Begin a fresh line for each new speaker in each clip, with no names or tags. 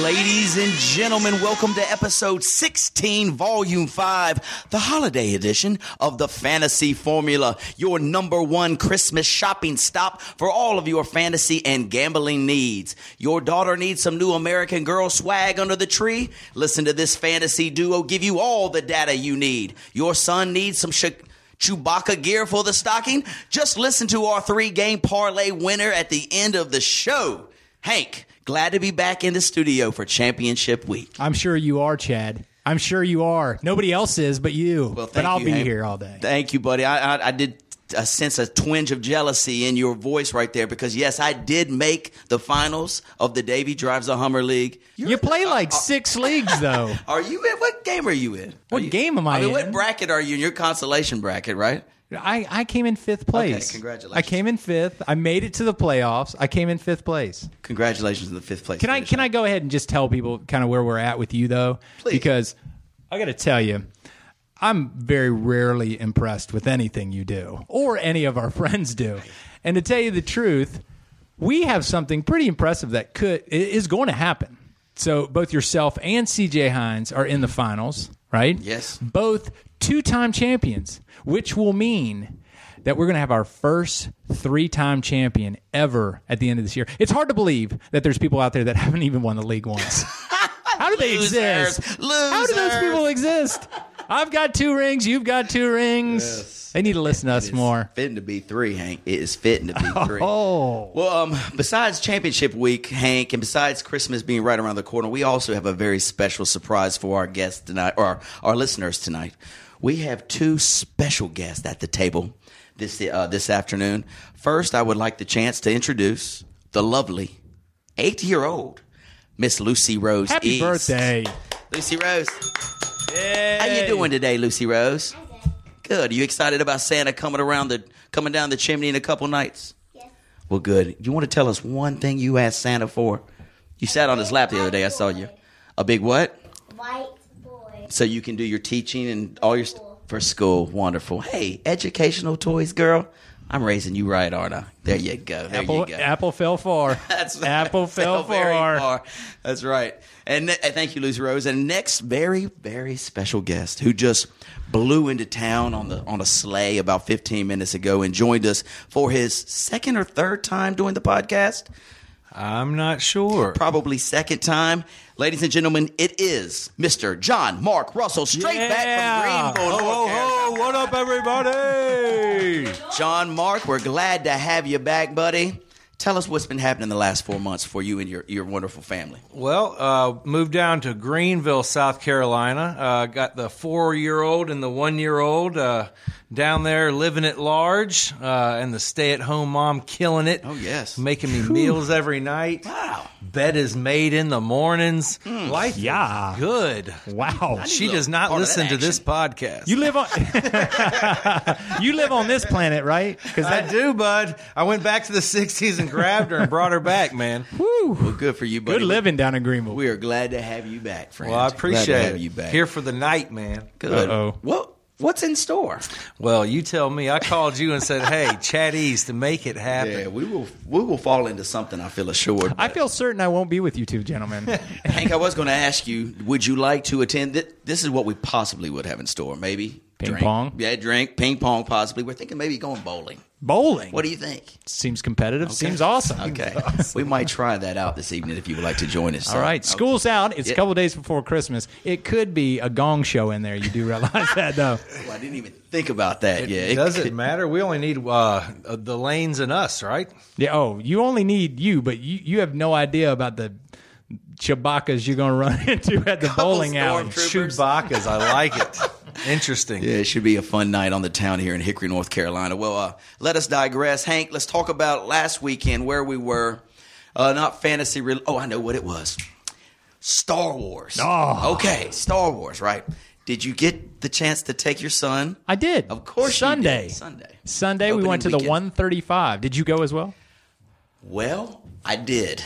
Ladies and gentlemen, welcome to episode 16, volume 5, the holiday edition of the Fantasy Formula, your number one Christmas shopping stop for all of your fantasy and gambling needs. Your daughter needs some new American Girl swag under the tree? Listen to this fantasy duo give you all the data you need. Your son needs some. Sh- Chewbacca gear for the stocking? Just listen to our three game parlay winner at the end of the show. Hank, glad to be back in the studio for championship week.
I'm sure you are, Chad. I'm sure you are. Nobody else is but you.
Well, thank
but I'll
you,
be
Hank.
here all day.
Thank you, buddy. I, I, I did uh, sense a twinge of jealousy in your voice right there because, yes, I did make the finals of the Davy Drives a Hummer League.
you
uh,
play like six leagues, though.
Are you in? What game are you in? Are
What
you-
game am I
mean, what
in?
bracket are you in? Your consolation bracket, right?
I, I came in fifth place.
congratulations.
I came in fifth. I made it to the playoffs. I came in fifth place.
Congratulations in the fifth place.
Can I
finish.
can I go ahead and just tell people kind of where we're at with you though?
Please.
Because I got to tell you, I'm very rarely impressed with anything you do or any of our friends do. And to tell you the truth, we have something pretty impressive that could i- is going to happen. So both yourself and CJ Hines are in the finals, right?
Yes.
Both two-time champions, which will mean that we're going to have our first three-time champion ever at the end of this year. It's hard to believe that there's people out there that haven't even won the league once. How do they
Losers.
exist? How do those
Losers.
people exist? I've got two rings. You've got two rings. They need to listen to us more.
Fitting to be three, Hank. It is fitting to be three.
Oh.
Well, um, besides championship week, Hank, and besides Christmas being right around the corner, we also have a very special surprise for our guests tonight, or our, our listeners tonight. We have two special guests at the table this uh, this afternoon. First, I would like the chance to introduce the lovely eight year old Miss Lucy Rose.
Happy
East.
birthday.
Lucy Rose. How you doing today, Lucy Rose? Good. Are you excited about Santa coming around the coming down the chimney in a couple nights? Yes. Well, good. You want to tell us one thing you asked Santa for? You sat on his lap the other day. I saw you. A big what?
White boy.
So you can do your teaching and all your st- for school. Wonderful. Hey, educational toys, girl. I'm raising you right, aren't I? There you go. There
Apple,
you go.
Apple fell far.
That's
Apple fell,
very
far.
That's right. And ne- and thank you, Lucy Rose. And next, very very special guest who just blew into town on the on a sleigh about 15 minutes ago and joined us for his second or third time doing the podcast.
I'm not sure.
Probably second time. Ladies and gentlemen, it is Mr. John Mark Russell, straight back from Greenville. North Carolina.
what up, everybody?
John Mark, we're glad to have you back, buddy. Tell us what's been happening the last four months for you and your, your wonderful family.
Well, uh, moved down to Greenville, South Carolina. Uh, got the four year old and the one year old uh, down there living at large, uh, and the stay at home mom killing it.
Oh, yes.
Making me meals every night.
Wow. Hmm.
Bed is made in the mornings. Life
yeah.
is good.
Wow.
She
little
does not
part of that
listen to this
action.
podcast.
You live on You live on this planet, right? Cuz
I do, bud. I went back to the 60s and grabbed her and brought her back, man.
Well, good for you, buddy.
good living down in Greenville.
We are glad to have you back, friend.
Well, I
glad to
appreciate
have
it.
you back.
Here for the night, man.
good.
Uh-oh.
What what's in store?
Well, you tell me. I called you and said, "Hey, Chad East, to make it happen."
Yeah, we will we will fall into something. I feel assured.
I feel certain I won't be with you two gentlemen.
Hank, I was going to ask you, would you like to attend? Th- This is what we possibly would have in store. Maybe
Ping
drink.
pong?
Yeah, drink. Ping pong, possibly. We're thinking maybe going bowling.
Bowling.
What do you think?
Seems competitive. Seems awesome.
Okay. We might try that out this evening if you would like to join us.
All right, school's out. It's
Yeah.
a couple days before Christmas. It could be a gong show in there. You do realize that, though.
Well, I didn't even think about that yet.
It doesn't matter. We only need uh, the lanes and us, right?
Yeah. Oh, you only need you, but you, you have no idea about the Chewbacca's you're going to run into at the bowling alley.
stormtroopers.
Chewbacca's. I like it. Interesting.
Yeah, it should be a fun night on the town here in Hickory, North Carolina. Well, uh, let us digress. Hank, let's talk about last weekend where we were. Uh, not fantasy. Re- oh, I know what it was. Star Wars.
Oh.
Okay, Star Wars, right. Did you get the chance to take your son?
I did.
Of course you did.
Sunday.
Sunday.
Sunday, we
Opening
went to the
weekend.
135. Did you go as well?
Well, I did.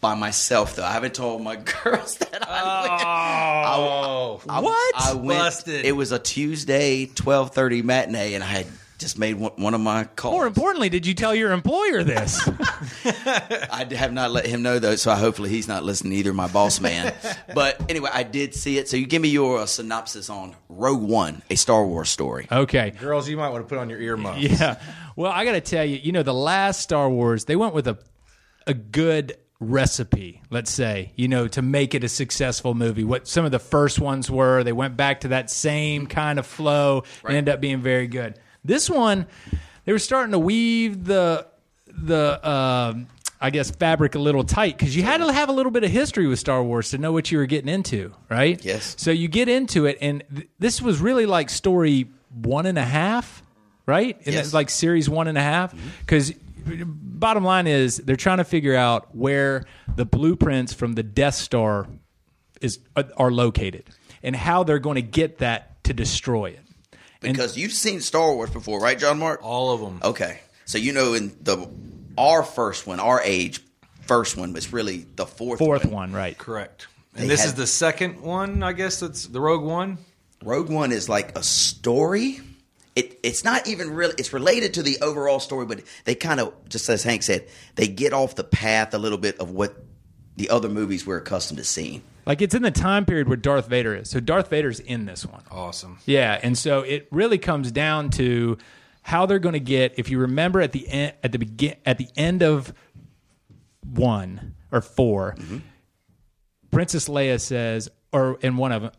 By myself, though. I haven't told my girls that I went.
Oh,
I-
What?
I went,
Busted.
It was a Tuesday, twelve thirty matinee, and I had just made one, one of my calls.
More importantly, did you tell your employer this?
I have not let him know though, so I hopefully he's not listening either. My boss man, but anyway, I did see it. So you give me your uh, synopsis on Rogue One, a Star Wars story.
okay.
girls, you might want to put on your earmuffs.
Yeah. Well, I got to tell you, you know, the last Star Wars, they went with a a good recipe, let's say, you know, to make it a successful movie. What some of the first ones were, they went back to that same kind of flow and ended up being very good. This one, they were starting to weave the the um I guess fabric a little tight because you had to have a little bit of history with Star Wars to know what you were getting into, right?
Yes.
So you get into it, and th- this was really like story one and a half, right? And
Yes.
it's like series one and a half. Because bottom line is they're trying to figure out where the blueprints from the Death Star is uh, are located and how they're going to get that to destroy it.
Because you've seen Star Wars before, right, John Mark?
All of them.
Okay, so you know in the our first one, our age first one was really the fourth
Fourth one, right?
Correct. And
They
this
had-
is the second one, I guess. That's the Rogue One.
Rogue One is like a story. It, it's not even really. It's related to the overall story, but they kind of just as Hank said, they get off the path a little bit of what the other movies we're accustomed to seeing.
Like it's in the time period where Darth Vader is. So Darth Vader's in this one.
Awesome.
Yeah, and so it really comes down to how they're going to get. If you remember at the end, at the begin, at the end of one or 4 Princess Leia says, or in one of them,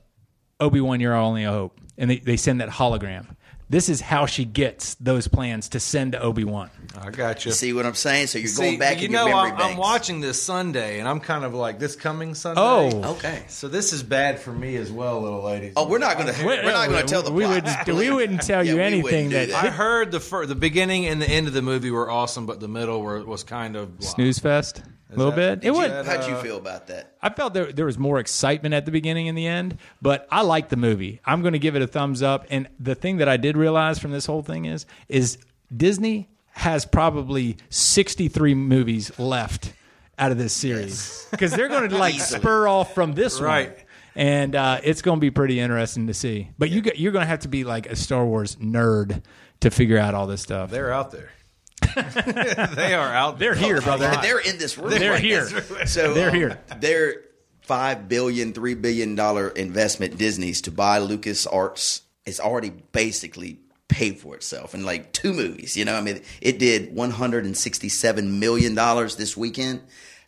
Obi Wan, you're our only hope, and they, they send that hologram. This is how she gets those plans to send to Obi Wan.
I got you.
See what I'm saying? So you're
See,
going back
you
in
know,
your memory
I'm, I'm
banks.
watching this Sunday, and I'm kind of like this coming Sunday.
Oh.
Okay.
so this is bad for me as well, little ladies.
Oh, we're not gonna we're, not gonna tell the
we
plot.
wouldn't we wouldn't tell
Yeah,
you
we wouldn't
anything
do
that,
that.
I heard the fir- the beginning and the end of the movie were awesome, but the middle were, was kind of blah.
snooze fest a little
that-
bit. It would.
that,
How'd you
uh,
feel about that?
I felt there there was more excitement at the beginning and the end, but I liked the movie. I'm going to give it a thumbs up. And the thing that I did realize from this whole thing is is Disney has probably 63 movies left out of this series because they're going to like spur off from this
Right.
one. And uh, it's going to be pretty interesting to see. But you got, you're going to have to be like a Star Wars nerd to figure out all this stuff.
They're out there. they are out.
They're
there.
here, brother.
They're in this room.
They're
right
here.
now. So
They're
um,
here.
Their five billion, three billion dollar investment Disney's to buy Lucas Arts is already basically paid for itself in like two movies. You know, I mean, it did one hundred and sixty-seven million dollars this weekend,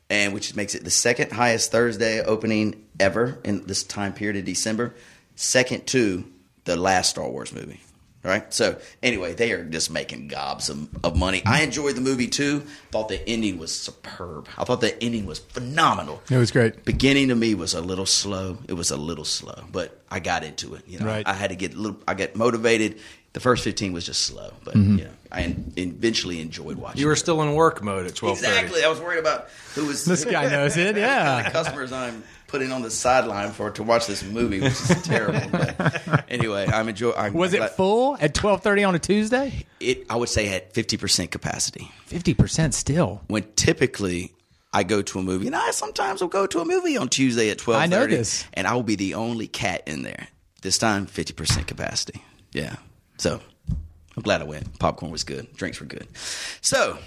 and which makes it the second highest Thursday opening ever in this time period of December, second to the last Star Wars movie. Right. So anyway, they are just making gobs of, of money. I enjoyed the movie too. Thought the ending was superb. I thought the ending was phenomenal.
It was great.
Beginning to me was a little slow. It was a little slow, but I got into it. You know,
Right.
I had to get a little. I got motivated. The first fifteen was just slow, but
Mm-hmm.
you know, I en- eventually enjoyed watching.
You were
it.
still in work mode at twelve thirty.
exactly. I was worried about who was
This guy knows it. Yeah.
the customers I'm putting on the sideline for to watch this movie, which is terrible. but anyway, I'm enjoying. I'm
Was it
glad-
full at 12:30 on a Tuesday?
It I would say at fifty percent capacity.
50% still.
when typically I go to a movie, and I sometimes will go to a movie on Tuesday at twelve.
I know this.
and I will be the only cat in there. This time, fifty percent capacity. Yeah, so I'm glad I went. Popcorn was good, drinks were good. So,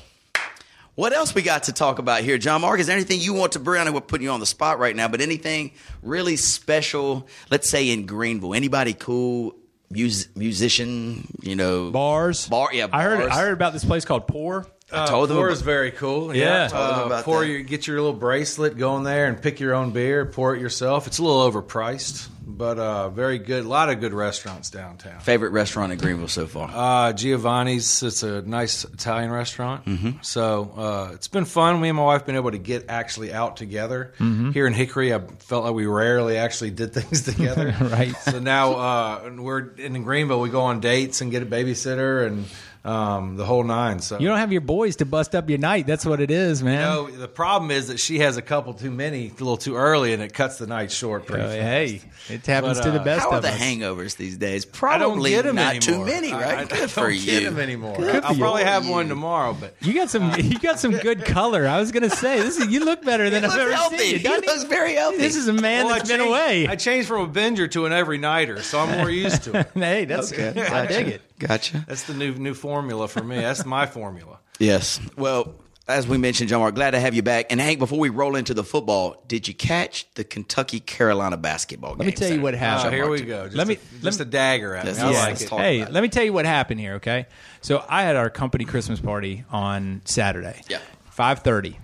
what else we got to talk about here, John Mark? Is there anything you want to bring? I know we're putting you on the spot right now, but anything really special? Let's say in Greenville, anybody cool mus- musician, you know,
Bars.
Bar- yeah,
I heard.
bars.
I heard about this place called Poor.
I told them
pour
about-
is very cool.
Yeah.
Yeah, Uh,
Told
them about
pour
that.
your get your little bracelet, go in there and pick your own beer, pour it yourself. It's a little overpriced, but uh, very good. A lot of good restaurants downtown.
favorite restaurant in Greenville so far.
Uh, Giovanni's. It's a nice Italian restaurant.
Mm-hmm.
So uh, it's been fun. Me and my wife been able to get actually out together.
Mm-hmm.
Here in Hickory, I felt like we rarely actually did things together.
Right.
So now uh, we're in Greenville. We go on dates and get a babysitter and um, the whole nine. So
You don't have your boys to bust up your night. That's what it is, man.
No, the problem is that she has a couple too many, a little too early, and it cuts the night short. Pretty
Uh,
Oh,
fast.
hey, it happens
But,
to the
uh,
best
How are
of
the
us.
hangovers these days?
I don't
Probably
get them
not
anymore.
too many,
I-
right?
I,
Good
don't
for
get
you.
them anymore.
Good
I'll
for
probably
you.
have one tomorrow, but
you got some. You got some good color. I was gonna say this. Is, you look better than
He
I've ever
looks
seen
healthy.
you.
He
doesn't
looks very healthy.
This is a man
Well, I
that's been
changed-
away.
I changed from a binger to an every nighter, so I'm more used to it.
hey, that's
Okay,
good. I dig it.
Gotcha.
That's the new new formula for me. That's my formula.
Yes. Well, as we mentioned, John Mark, glad to have you back. And Hank, before we roll into the football, did you catch the Kentucky Carolina basketball game?
Let me tell you what
Oh,
happened.
here we go. Just
Let me-
a,
let
just
me-
a dagger at me.
That's-
I
yeah.
like
Let's
it.
talk
Hey,
about it.
let me tell you what happened here, okay? So I had our company Christmas party on Saturday.
Yeah.
Five thirty,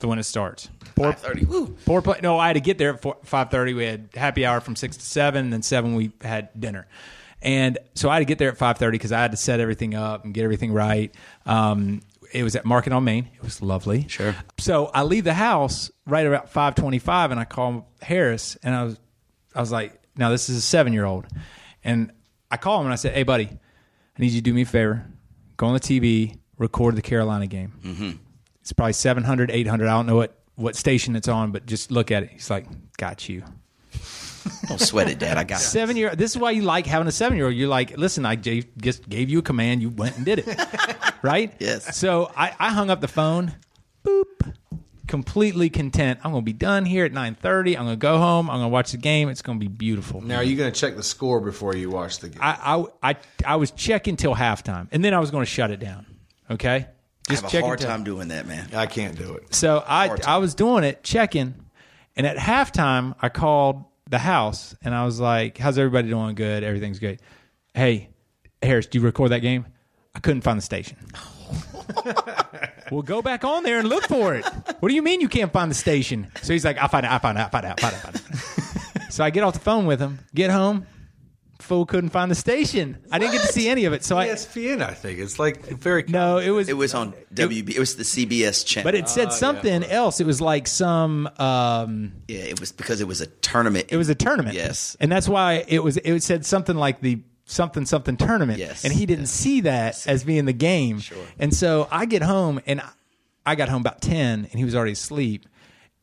the when it starts. Four,
Thirty. Woo.
four pla- No, I had to get there at four, five thirty. We had happy hour from six to seven. Then seven we had dinner, and so I had to get there at five thirty because I had to set everything up and get everything right. Um, it was at Market on Main. It was lovely.
Sure.
So I leave the house right about five twenty-five, and I call Harris, and I was, I was like, "Now this is a seven-year-old," and I call him and I said, "Hey, buddy, I need you to do me a favor. Go on the TV, record the Carolina game. Mm-hmm. It's probably 700, 800. I don't know what what station it's on, but just look at it." He's like, "Got you."
Don't sweat it, Dad. I got it.
Seven year. This is why you like having a seven year old. You're like, listen, I j- just gave you a command. You went and did it, right?
Yes.
So I, I hung up the phone. Boop. Completely content. I'm gonna be done here at 9:30. I'm gonna go home. I'm gonna watch the game. It's gonna be beautiful.
Now, are you going to check the score before you watch the game?
I, I I I was checking till halftime, and then I was gonna shut it down. Okay.
I have a
checking
hard
till-
time doing that, man.
I can't do it.
So I
Hard time.
I was doing it, checking, and at halftime I called the house and I was like, "How's everybody doing? Good, everything's good." Hey, Harris, do you record that game? I couldn't find the station. well, go back on there and look for it. What do you mean you can't find the station? So he's like, "I'll find out. I'll find out. I'll find out. I'll find out." I'll find out. so I get off the phone with him, get home. Fool couldn't find the station. I didn't get to see any of it.
E
So I
ESPN, I think it's like very.
no, it was
It was on WB. It was the CBS channel.
but it said something else. It was like some um,
yeah, it was because it was a tournament.
It was a tournament.
Yes.
And that's why it was it said something like the something something tournament.
Yes.
And he didn't see that as being the game. Sure. And so I get home and I- I got home about 10 and he was already asleep.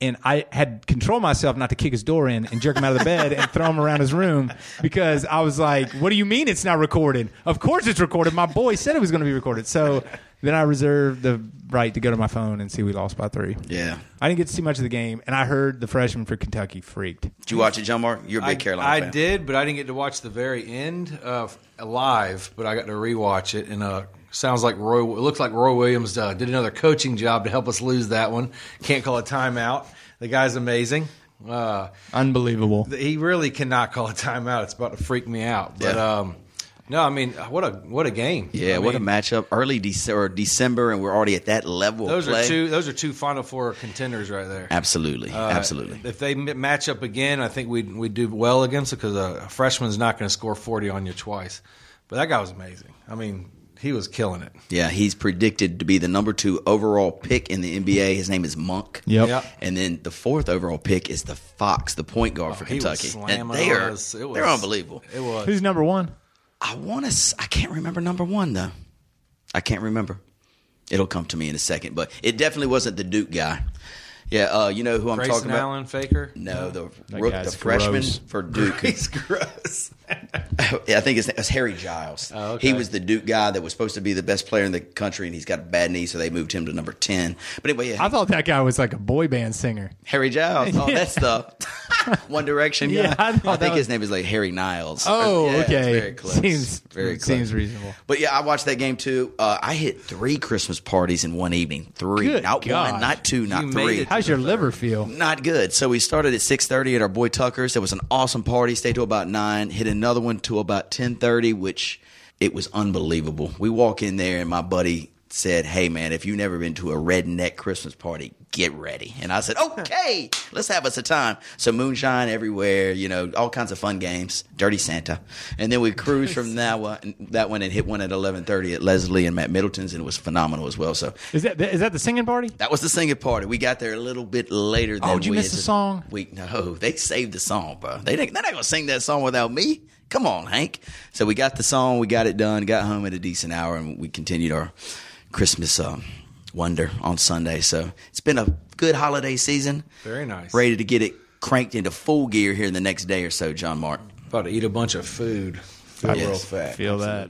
And I had controlled myself not to kick his door in and jerk him out of the bed and throw him around his room because I was like, "What do you mean it's not recorded? Of course it's recorded. My boy said it was going to be recorded." So then I reserved the right to go to my phone and see we lost by three.
Yeah.
I didn't get to see much of the game, and I heard the freshman for Kentucky freaked.
Did you watch it, John Mark? You're a big
I,
Carolina
I
fan.
did, but I didn't get to watch the very end of live. But I got to rewatch it, and uh, sounds like Roy. It looks like Roy Williams uh, did another coaching job to help us lose that one. Can't call a timeout. The guy's amazing. Uh,
Unbelievable.
he really cannot call a timeout. It's about to freak me out. But
Yeah.
um, no, I mean, what a what a game.
Yeah,
I
what a
mean,
matchup. Early December, December, and we're already at that level.
Those
of play.
are two. Uh, Those are two Final Four contenders right there.
Absolutely, absolutely.
If they m- match up again, I think we'd we'd do well against them because a freshman's not going to score forty on you twice. But that guy was amazing. I mean, he was killing it.
Yeah, he's predicted to be the number two overall pick in the NBA. His name is Monk.
Yep.
Yep.
And then the fourth overall pick is the Fox, the point guard for
Oh, He was
Kentucky.
slamming
And they
on
are
us. It was-
they're unbelievable.
It was.
Who's number one?
I want to. I can't remember number one though. I can't remember. It'll come to me in a second, but it definitely wasn't the Duke guy. Yeah, uh, you know who I'm
Grayson
talking about?
Allen Faker.
No, the
That
rook,
guy's
the freshman
gross.
for Duke.
He's gross.
Yeah, I think his name was Harry Giles.
Oh, okay.
He was the Duke guy that was supposed to be the best player in the country, and he's got a bad knee, so they moved him to number ten. But anyway, yeah,
I thought that guy was like a boy band singer.
Harry Giles, all that stuff. One Direction guy.
Yeah, I know
think
that
his
was-
name is like Harry Niles.
Oh,
Yeah, it's
okay.
very close.
Seems
very close.
seems reasonable.
But yeah, I watched that game too. Uh, I hit three Christmas parties in one evening. Three,
Good
not one,
God.
not two, not
made
three.
it.
How's your liver feel?
Not good. So we started at six thirty at our boy Tucker's. There was an awesome party. Stayed till about nine. Hit another one till about ten thirty, which it was unbelievable. We walk in there and my buddy said, "Hey man, if you've never been to a redneck Christmas party, get ready." And I said, "Okay, let's have us a time." So moonshine everywhere, you know, all kinds of fun games, Dirty Santa, and then we cruised from that one, that one, and hit one at eleven thirty at Leslie and Matt Middleton's, and it was phenomenal as well. So
Is that is that the singing party?
that was the singing party. We got there a little bit later than
Oh, did you
we
miss the
had-
song?
We no, they saved the song, bro. They didn't, they're not gonna sing that song without me. Come on, Hank. So we got the song, we got it done, got home at a decent hour, and we continued our Christmas um, wonder on Sunday. So it's been a good holiday season.
Very nice.
Ready to get it cranked into full gear here in the next day or so, John Mark.
About to eat a bunch of food. Feel
Yes.
real fat.
Feel that.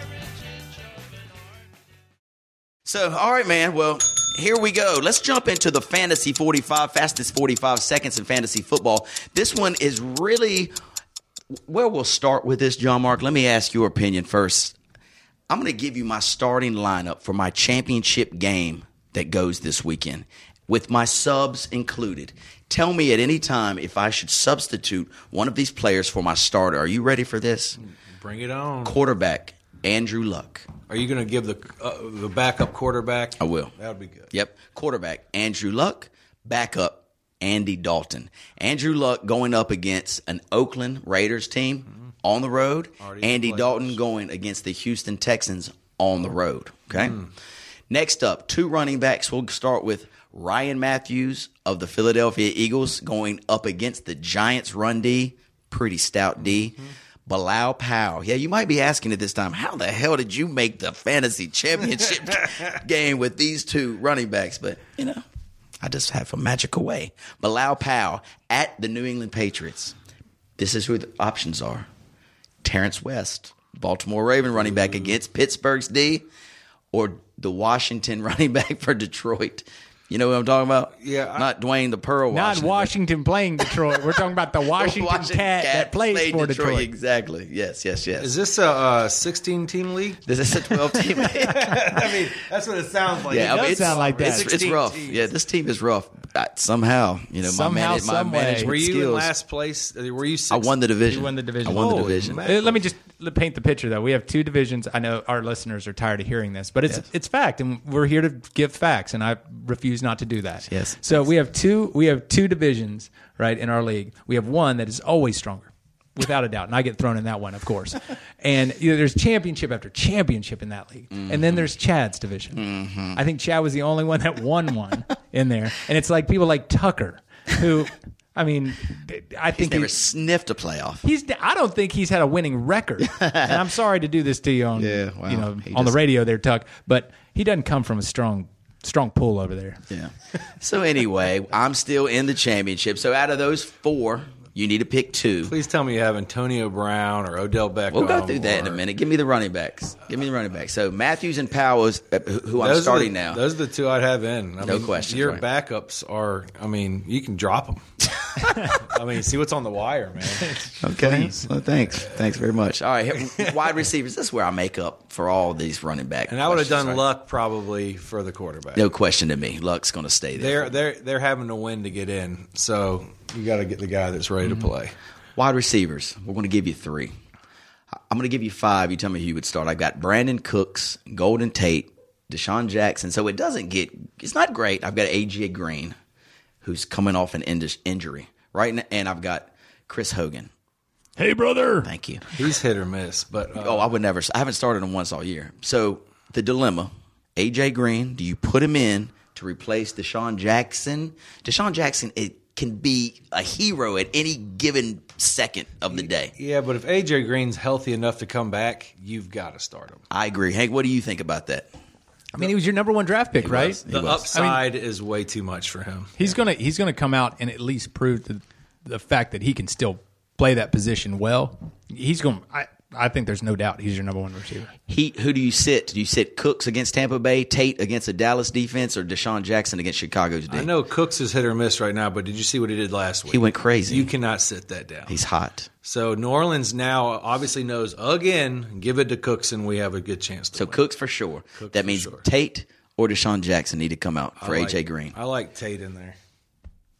So, all right, man. Well, here we go. Let's jump into the fantasy 45, fastest 45 seconds in fantasy football. This one is really where we'll start with this, John Mark. Let me ask your opinion first. I'm going to give you my starting lineup for my championship game that goes this weekend, with my subs included. Tell me at any time if I should substitute one of these players for my starter. Are you ready for this?
Bring it on.
Quarterback, Andrew Luck.
Are you going to give the uh, the backup quarterback?
I will.
That would be good.
Yep. Quarterback, Andrew Luck. Backup, Andy Dalton. Andrew Luck going up against an Oakland Raiders team
Mm-hmm.
on the road. Andy Dalton going against the Houston Texans on the road. Okay.
Mm.
Next up, two running backs. We'll start with Ryan Matthews of the Philadelphia Eagles going up against the Giants run D. Pretty stout D.
Mm-hmm.
Bilal Powell. Yeah, you might be asking at this time, how the hell did you make the fantasy championship game with these two running backs? But, you know, I just have a magical way. Bilal Powell at the New England Patriots. This is who the options are. Terrence West, Baltimore Raven running back against Pittsburgh's D, or the Washington running back for Detroit. You know what I'm talking about?
Yeah, I-
Not Dwayne the Pearl
Not
Washington.
Washington playing Detroit. We're talking about the Washington, Cat, that plays
played
for Detroit.
Exactly. Yes, yes, yes.
Is this a uh, 16 team league?
This is a 12 team.
I mean, that's what it sounds like.
yeah, I mean,
does
it's-
sound like that.
It's, it's
16
rough.
teams.
Yeah, this team is rough. I, somehow, you know, my,
Somehow,
manage, my
some way.
management
Were you in
skills.
last place? Uh, Were you? Six?
I won the division.
You won the division.
I won the
Holy
division.
mackerel.
Uh, Let me just l- paint the picture, though. We have two divisions. I know our listeners are tired of hearing this, but it's it's fact, and we're here to give facts, and I refuse not to do that.
Yes.
So we have two we have two divisions right in our league. We have one that is always stronger, without a doubt, and I get thrown in that one, of course. and you know, there's championship after championship in that league, and then
Mm-hmm.
there's Chad's division. I think Chad was the only one that won one in there, and it's like people like Tucker, who. I mean, I
He's
think
never
he-
sniffed a playoff.
He's. I don't think he's had a winning record. and I'm sorry to do this to you on,
Yeah, wow.
you know,
He
on the
just-
radio there, Tuck. But he doesn't come from a strong, strong pull over there.
Yeah. So anyway, I'm still in the championship. So out of those four, you need to pick two.
Please tell me you have Antonio Brown or Odell Beckham.
We'll go through that in a
or-
minute. Give me the running backs. Give me the running backs. So Matthews and Powers, uh, who who
Those
I'm
are
starting
the-
now.
Those are the two I'd have in. I
No
mean,
questions,
Your
right.
backups are. I mean, you can drop them. I mean, see what's on the wire, man.
Okay. Well, thanks. Thanks very much. All right. here- Wide receivers. This is where I make up for all these running back.
And I would have
questions,
done
right?
luck probably for the quarterback.
No question to me. Luck's going to stay there.
They're they're they're having to win to get in, so you got to get the guy that's ready
Mm-hmm.
to play.
Wide receivers. We're going to give you three. I- I'm going to give you five. You tell me who you would start. I've got Brandon Cooks, Golden Tate, Deshaun Jackson. So it doesn't get, it's not great. I've got A.J. Green, who's coming off an indus- injury, right? Now, and I've got Chris Hogan.
Hey, brother.
Thank you.
He's hit or miss, but uh,
Oh, I would never. I haven't started him once all year. So the dilemma: AJ Green. Do you put him in to replace Deshaun Jackson? Deshaun Jackson it can be a hero at any given second of the day.
Yeah, but if AJ Green's healthy enough to come back, you've got to start him.
I agree. Hank, what do you think about that?
I mean, he was your number one draft pick, right?
was. He
The upside is way too much for him.
He's gonna he's gonna come out and at least prove the, the fact that he can still play that position well. He's going. I I think there's no doubt he's your number one receiver.
Heat, who do you sit? Do you sit Cooks against Tampa Bay, Tate against the Dallas defense, or Deshaun Jackson against Chicago's
I
defense?
know Cooks is hit or miss right now, but did you see what he did last week?
He went crazy.
You cannot sit that down.
He's hot.
so New Orleans now obviously knows again. Give it to Cooks, and we have a good chance to
So
win.
Cooks for sure. that
for
means
sure.
Tate or Deshaun Jackson need to come out for
I
AJ
like-
Green.
I like Tate in there.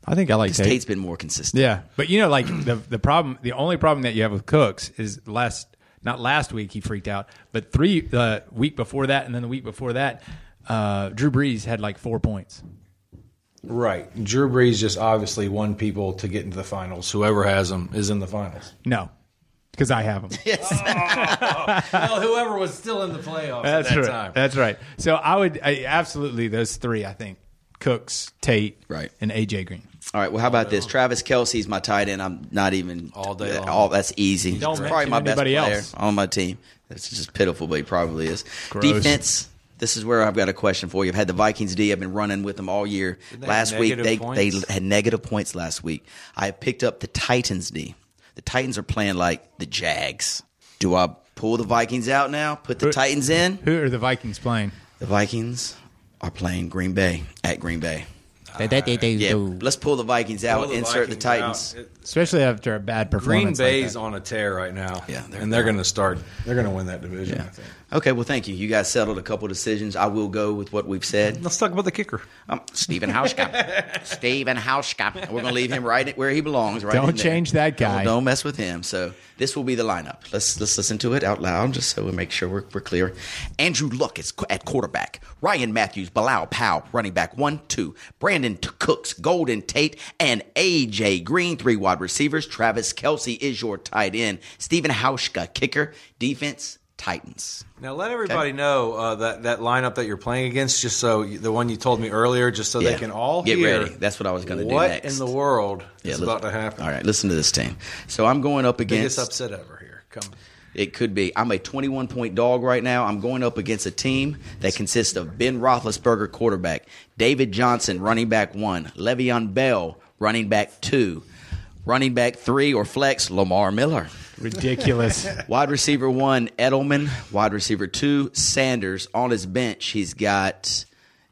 I think I like
Because Tate's been more consistent.
Yeah, but you know, like the the problem, the only problem that you have with Cooks is last not last week he freaked out, but three the week before that, and then the week before that, uh, Drew Brees had like four points.
Right. Drew Brees just obviously won people to get into the finals. Whoever has them is in the finals.
No, because I have him.
well, whoever was still in the playoffs
That's
at that
right.
time.
That's right. So I would I, absolutely those three. I think Cooks, Tate,
Right.
and AJ Green.
All right. Well, how about this? Travis Kelsey's my tight end. I'm not even
All day
uh,
long.
All that's easy. He's
mention
probably my best
anybody
player
else.
on my team. It's just pitiful, but he probably is.
Gross.
Defense. This is where I've got a question for you. I've had the Vikings D. I've been running with them all year.
they
Last
have
week they
negative
they
points?
had negative points last week. I picked up the Titans D. The Titans are playing like the Jags. Do I pull the Vikings out now? Put the
Who-
Titans in.
Who are the Vikings playing?
The Vikings are playing Green Bay at Green Bay. Yeah, let's pull the Vikings out.
Pull the
insert the
Vikings
Titans.
out. It-
Especially after a bad
Green
performance. like
Bay's
that.
on a tear right now.
Yeah, they're
and they're
down.
going to start. They're going to win that division. I think.
Okay, well, thank you. You guys settled a couple decisions. I will go with what we've said.
Let's talk about the kicker.
Um, Stephen Hauschka. Stephen Hauschka. We're going to leave him right where he belongs. Right
Don't
in there.
change that guy.
Don't, don't mess with him. So this will be the lineup. Let's let's listen to it out loud just so we make sure we're, we're clear. Andrew Luck is qu- at quarterback. Ryan Matthews, Bilal Powell, running back one, two. Brandon T- Cooks, Golden Tate, and AJ Green, three wide receivers. Travis Kelsey is your tight end. Stephen Hauschka, kicker, defense, Titans.
Now let everybody know uh, that that lineup that you're playing against. Just so you- the one you told me earlier, just so
Yeah.
they can all
Get
hear
ready. That's what I was gonna do
What
next.
in the world
Yeah,
is
listen-
about to happen?
All right, listen to this team. So I'm going up against.
biggest upset ever here. Come.
It could be. I'm a 21 point dog right now. I'm going up against a team that consists of Ben Roethlisberger, quarterback, David Johnson, running back one, Le'Veon Bell, running back two, running back three or flex, Lamar Miller.
ridiculous.
Wide receiver one, Edelman. Wide receiver two, Sanders. On his bench, he's got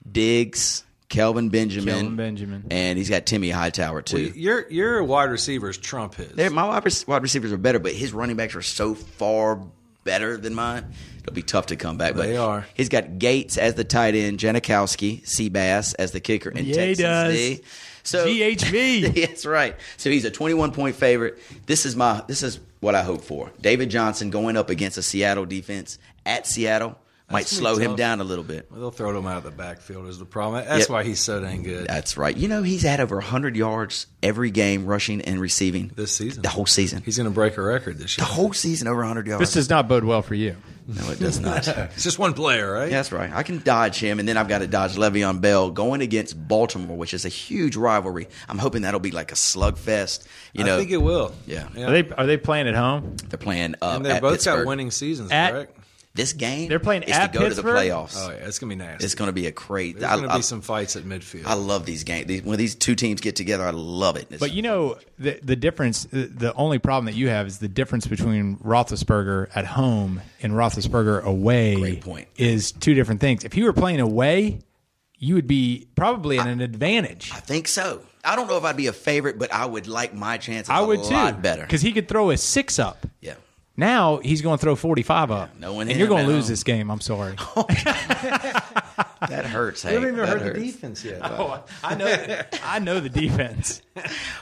Diggs, Kelvin Benjamin,
Kelvin Benjamin.
and he's got Timmy Hightower too.
Your your wide receivers trump his.
They're, my wide, rec- wide receivers are better, but his running backs are so far better than mine. It'll be tough to come back. But
They are.
He's got Gates as the tight end, Janikowski, Seabass as the kicker, and
Yeah, he
Texans
does.
D. So
GHB.
That's right. So he's a 21 point favorite. This is my this is what I hope for. David Johnson going up against a Seattle defense at Seattle might
That's gonna
slow
be
him
tough.
down a little bit.
They'll throw him out of the backfield is the problem. That's
Yep.
why he's so dang good.
That's right. You know he's had over 100 yards every game rushing and receiving
This season.
The whole season.
He's going to break a record this
the
year.
whole season over 100 yards.
this does not bode well for you.
no, it does not.
It's just one player, right?
Yeah, that's right. I can dodge him, and then I've got to dodge Le'Veon Bell going against Baltimore, which is a huge rivalry. I'm hoping that'll be like a slugfest. You know,
I think it will.
Yeah.
Are they are they playing at home?
they're playing up
and they're
at
both
Pittsburgh.
got winning seasons,
At-
correct?
This game,
They're playing
is
at
to go to
Pittsburgh?
the playoffs.
Oh yeah, it's going to be nasty.
It's going to be a crazy.
There's
I,
going to
I-
be some fights at midfield.
I love these games. These, when these two teams get together, I love it. It's-
But you know the the difference. The the only problem that you have is the difference between Roethlisberger at home and Roethlisberger away.
Great point.
Is two different things. If you were playing away, you would be probably at an advantage.
I think so. I don't know if I'd be a favorite, but I would like my chances.
I would
a
too.
lot better.
because he could throw a six up.
yeah.
Now he's going to throw forty five up.
no one
and
hit
you're
him
going
at
to lose
home.
this game. I'm sorry.
That hurts.
we haven't
Hank.
even
That
heard
hurts.
the defense yet.
I know. I know the defense.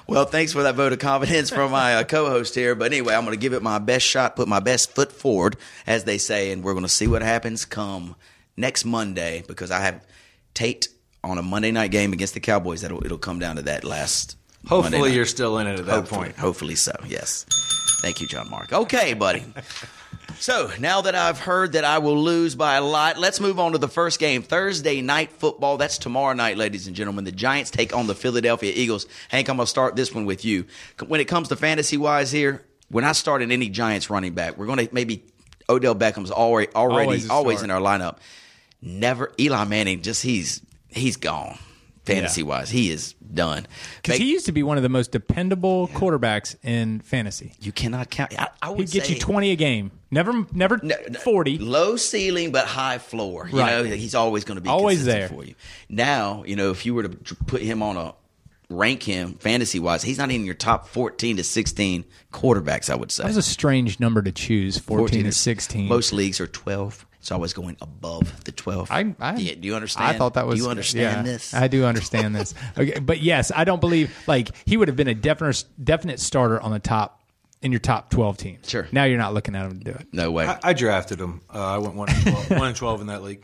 Well, thanks for that vote of confidence from my uh, co-host here. But anyway, I'm going to give it my best shot, put my best foot forward, as they say, and we're going to see what happens come next Monday because I have Tate on a Monday night game against the Cowboys. That'll it'll come down to that last. Monday
Hopefully,
night.
you're still in it at that
hopefully,
point.
Hopefully so. Yes. Thank you, John Mark. Okay, buddy. So now that I've heard that I will lose by a lot, let's move on to the first game. Thursday night football. That's tomorrow night, ladies and gentlemen. The Giants take on the Philadelphia Eagles. Hank, I'm going to start this one with you. When it comes to fantasy wise here, we're not starting any Giants running back. We're going to maybe Odell Beckham's already already
Always
always,
a
in our
start.
lineup. Never Eli Manning. Just he's he's gone. Fantasy wise, he is done.
Because
Make-
he used to be one of the most dependable quarterbacks in fantasy.
you cannot count. I, I would
He'd get you
say-
20 a game. Never, never
No, no,
40.
Low ceiling, but high floor. You
Right.
know, he's always going to be
Always
consistent
there.
for you. Now, you know, if you were to dr- put him on a rank him fantasy wise, he's not in your top 14 to 16 quarterbacks, I would say.
That was a strange number to choose, 14, to 16.
Most leagues are 12. It's always going above the 12.
I, I,
yeah, do you understand?
I thought that was.
Do you understand
yeah,
this?
I do understand this. Okay, but yes, I don't believe like he would have been a definite definite starter on the top in your top twelve teams.
Sure.
Now you're not looking at him to do it.
No way.
I, I drafted him. Uh, I went one and 12, one and 12 in that league.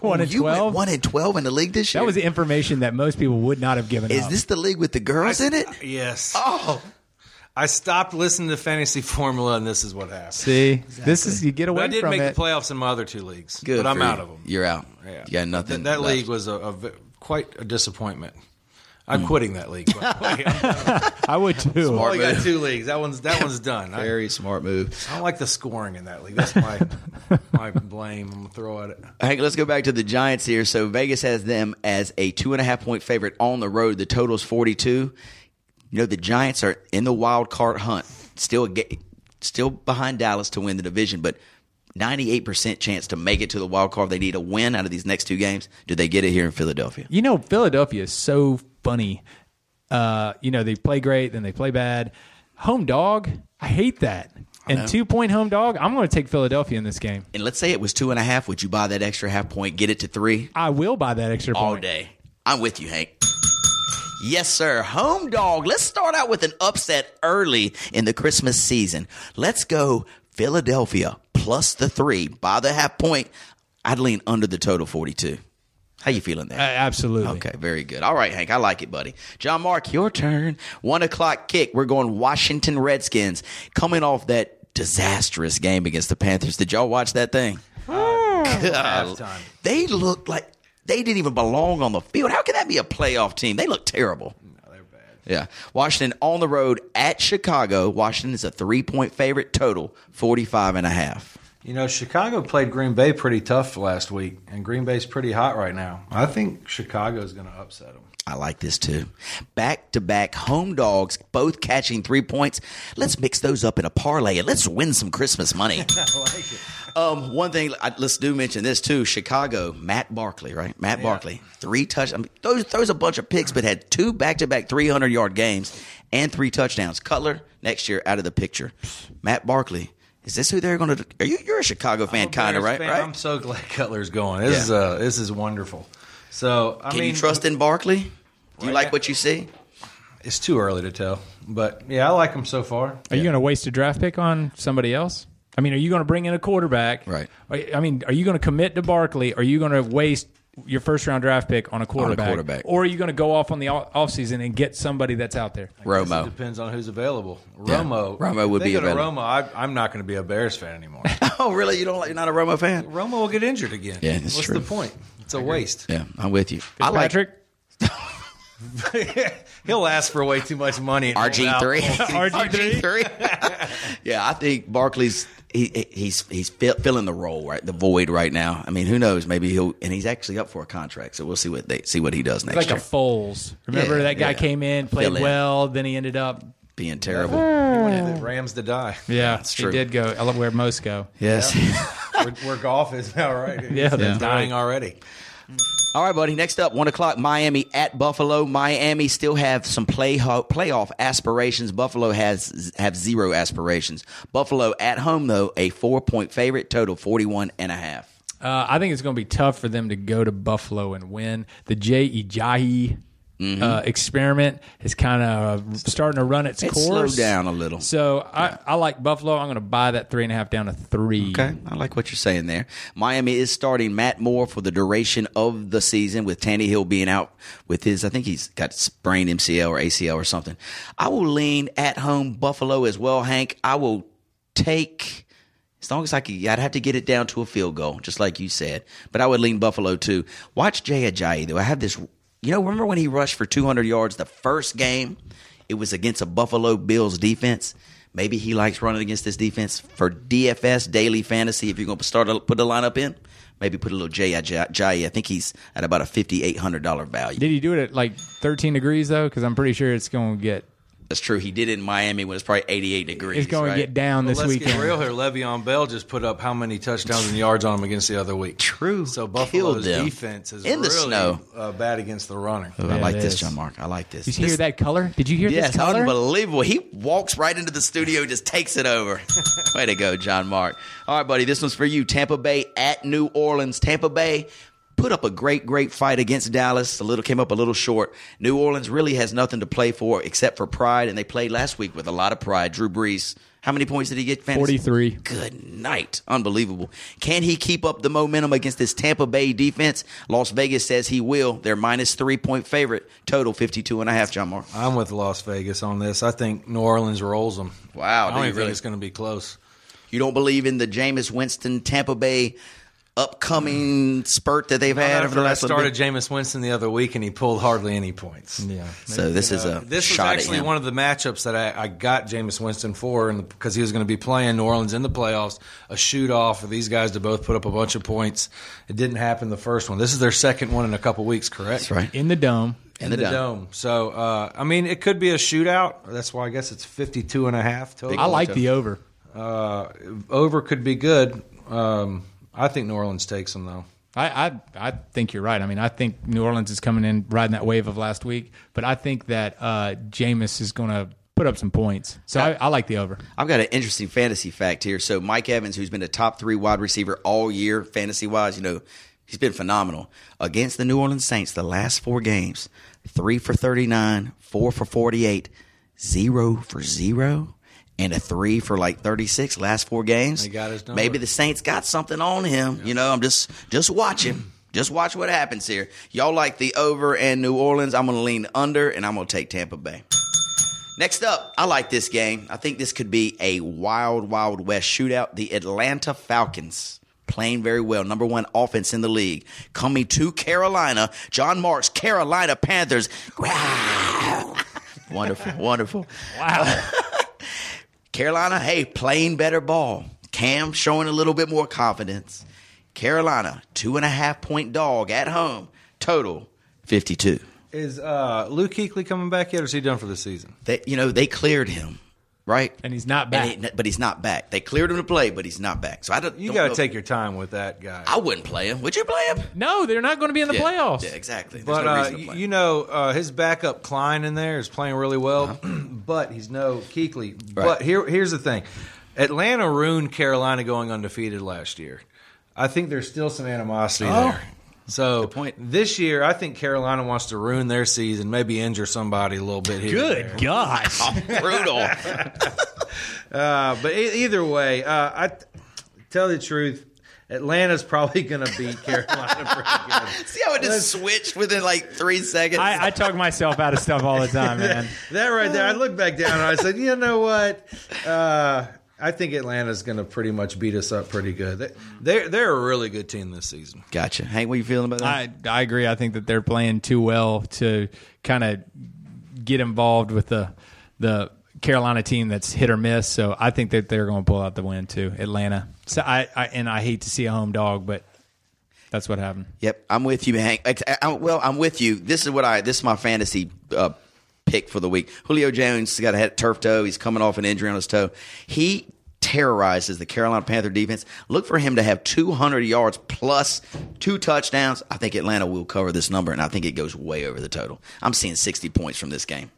One and
you went
twelve.
1 in 12 in the league this year?
That was the information that most people would not have given
Is
up.
this the league with the girls in it?
Yes.
Oh.
I stopped listening to Fantasy Formula, and this is what happened.
See, this is you get
But
away
I did
from
make
it.
the playoffs in my other two leagues,
Good.
but I'm
for you.
out of them.
You're out.
Yeah.
You got nothing.
That, that
left.
league was a, a v- quite a disappointment. I'm
Hmm.
quitting that league. By the way. I've
I would too.
only got two leagues. That one's that one's done. I,
Very smart move.
I don't like the scoring in that league. That's my my blame. I'm gonna throw at it.
Hank, let's go back to the Giants here. So Vegas has them as a two and a half point favorite on the road. The total's 42. You know, the Giants are in the wild card hunt, still, ga- still behind Dallas to win the division, but 98% chance to make it to the wild card. They need a win out of these next two games. Do they get it here in Philadelphia?
You know, Philadelphia is so funny. Uh, you know, they play great, then they play bad. Home dog, I hate that. And two point home dog, I'm going to take Philadelphia in this game.
And let's say it was two and a half. Would you buy that extra half point, get it to three?
I will buy that extra
all
point.
day. I'm with you, Hank. Yes, sir. Home dog. Let's start out with an upset early in the Christmas season. Let's go Philadelphia plus the three by the half point. I'd lean under the total 42. How you feeling there?
Uh, absolutely.
Okay, very good. All right, Hank, I like it, buddy. John Mark, your turn. One o'clock kick. We're going Washington Redskins coming off that disastrous game against the Panthers. Did y'all watch that thing? God,
halftime.
they looked like they didn't even belong on the field. How can that be a playoff team? They look terrible. Yeah. Washington on the road at Chicago. Washington is a three point favorite total, 45 and a half.
You know, Chicago played Green Bay pretty tough last week, and Green Bay's pretty hot right now. I think Chicago's going to upset them.
I like this too. Back to back home dogs, both catching three points. Let's mix those up in a parlay and let's win some Christmas money. Um, one thing, I, let's do mention this too. Chicago, Matt Barkley, right? Matt Barkley, three touch. I mean, throws, throws a bunch of picks, but had two back to back 300 yard games and three touchdowns. Cutler next year out of the picture. Matt Barkley, is this who they're going to? Are you? You're a Chicago fan, kind of,
Bears
right?
fan,
Right?
I'm so glad Cutler's going. This
Yeah.
is uh, this is wonderful. So I
Can
mean,
you trust in Barkley? Do you
Right
like
now-
what you see?
It's too early to tell, but yeah, I like him so far.
Are you going to waste a draft pick on somebody else? I mean, are you going to bring in a quarterback?
Right.
Are- I mean, are you going to commit to Barkley? Are you going to waste your first round draft pick on a quarterback?
quarterback.
Or are you going to go off on the off- offseason and get somebody that's out there?
It
Romo.
depends on who's available.
Yeah.
Romo,
Romo would be
thinking of
available.
Romo, I, I'm not going to be a Bears fan anymore.
Oh, really? You don't like? You're not a Romo fan?
Romo will get injured again.
Yeah, that's
what's
true.
the point? It's a waste.
Yeah, I'm with you.
Patrick?
He'll ask for way too much money. and hold
RG
out.
three.
RG3?
yeah, I think Barkley's he, he- he's he's fill, filling the role right, the void right now. I mean, who knows? Maybe he'll and he's actually up for a contract, so we'll see what they see what he does next
like
year.
a Foles. Remember
Yeah,
that guy
yeah.
came in, played
Fill in.
well, then he ended up.
Being terrible.
He wanted the Rams to die.
Yeah,
That's
he
true.
did go. I love where most go.
Yes.
Where, where golf is now, right?
Yeah,
It's
that's
dying already.
All right, buddy. Next up, one o'clock, Miami at Buffalo. Miami still have some play playoff aspirations. Buffalo has have zero aspirations. Buffalo at home though, a four point favorite, total 41 and a half.
Uh, I think it's going to be tough for them to go to Buffalo and win. The Jay Ajayi
Mm-hmm.
uh, experiment is kind of starting to run its,
It's
course.
slowed down a little.
So I, I like Buffalo. I'm going to buy that three and a half down to three.
Okay, I like what you're saying there. Miami is starting Matt Moore for the duration of the season, with Tannehill being out with his. I think he's got sprained MCL or ACL or something. I will lean at home Buffalo as well, Hank. I will take As long as I could, I'd have to get it down to a field goal, just like you said. But I would lean Buffalo too. Watch Jay Ajayi though. I have this. You know, remember when he rushed for 200 yards the first game? It was against a Buffalo Bills defense. Maybe he likes running against this defense for DFS daily fantasy. If you're going to start a, put a lineup in, maybe put a little Jay Ajayi. I think he's at about a $5,800 value.
Did he do it at like 13 degrees though? Because I'm pretty sure it's going to get
That's true. He did it in Miami when it's probably 88 degrees.
it's going
right?
to get down this
Let's
weekend.
get real here. Le'Veon Bell just put up how many touchdowns and yards on him against the other week?
True.
So
Killed
Buffalo's
them.
defense is
In the
really,
snow.
uh, bad against the runner.
Ooh, I
Yeah,
like
it
this,
is.
John Mark. I like this.
Did you
This-
hear that color? Did you hear
Yes,
this color?
unbelievable. He walks right into the studio, just takes it over. Way to go, John Mark. All right, buddy, this one's for you. Tampa Bay at New Orleans. Tampa Bay put up a great, great fight against Dallas. A little came up a little short. New Orleans really has nothing to play for except for pride, and they played last week with a lot of pride. Drew Brees, how many points did he get? Fantasy?
43.
Good night. Unbelievable. Can he keep up the momentum against this Tampa Bay defense? Las Vegas says he will. They're minus three point favorite. Total 52 and a half, John Mark.
I'm with Las Vegas on this. I think New Orleans rolls them.
Wow, do
I
you
don't even
really?
think it's going to be close.
You don't believe in the Jameis Winston Tampa Bay
Mm.
upcoming spurt that they've had over
After
the
I
last little
started
bit?
Jameis Winston the other week, and he pulled hardly any points. Yeah.
So this is a
uh, This was
shot
actually
at him.
one of the matchups that I, I got Jameis Winston for, and because he was going to be playing New Orleans in the playoffs, a shoot off for these guys to both put up a bunch of points. It didn't happen the first one. This is their second one in a couple weeks, correct?
That's right.
In the dome.
In the, dome. So, uh, I mean, it could be a shootout. That's why I guess it's 52 and a half total.
I like the over.
Uh, over could be good. Um, I think New Orleans takes them, though.
I, I I think you're right. I mean, I think New Orleans is coming in riding that wave of last week, but I think that uh, Jameis is going to put up some points. So I, I like the over.
I've got an interesting fantasy fact here. So Mike Evans, who's been a top three wide receiver all year, fantasy wise, you know, he's been phenomenal. Against the New Orleans Saints, the last four games, three for 39, four for 48, zero for zero, and a three for like 36 last four games.
They got his number.
Maybe the Saints got something on him. You know, I'm just just watch him. Just watch what happens here. Y'all like the over and New Orleans. I'm going to lean under and I'm going to take Tampa Bay. Next up, I like this game. I think this could be a wild, wild west shootout. The Atlanta Falcons playing very well, number one offense in the league. Coming to Carolina, John Marks, Carolina Panthers. Wow. wonderful, wonderful.
Wow.
Carolina, hey, playing better ball. Cam showing a little bit more confidence. Carolina, two and a half point dog at home. Total 52.
Is uh, Luke Kuechly coming back yet, or is he done for the season?
They, you know, they cleared him, right?
and he's
And
not back.
he- but he's not back. They cleared him to play, but he's not back. So I don't.
You
don't
got
know-
to take your time with that guy.
I wouldn't play him. Would you play him?
no, they're not going to be in the
Yeah,
playoffs.
Yeah, exactly. There's
But
no
uh,
reason to play.
you know uh, his backup Klein in there is playing really well,
Uh-huh.
but he's no Keekly. But here, here's the thing: Atlanta ruined Carolina going undefeated last year. I think there's still some animosity there. So
Oh. point.
this year, I think Carolina wants to ruin their season, maybe injure somebody a little bit here. or there.
Good gosh.
brutal.
Uh, but e- either way, uh, I t- tell you the truth. Atlanta's probably going to beat Carolina pretty good.
See how it just switched within like three seconds.
I, I talk myself out of stuff all the time, man.
That right there. I looked back down and I said, you know what? Uh, I think Atlanta's going to pretty much beat us up pretty good. They- They're they're a really good team this season.
gotcha. Hank, what you feeling about that?
I, I agree. I think that they're playing too well to kind of get involved with the the Carolina team that's hit or miss. So I think that they're going to pull out the win too. Atlanta. So I, I and I hate to see a home dog, but that's what happened.
Yep, I'm with you, Hank. Ex- I- I- uh, well, I'm with you. This is what I. This is my fantasy uh, pick for the week. Julio Jones has got a head turf toe. He's coming off an injury on his toe. He terrorizes the Carolina Panther defense. Look for him to have 200 yards plus two touchdowns. I think Atlanta will cover this number, and I think it goes way over the total. I'm seeing 60 points from this game.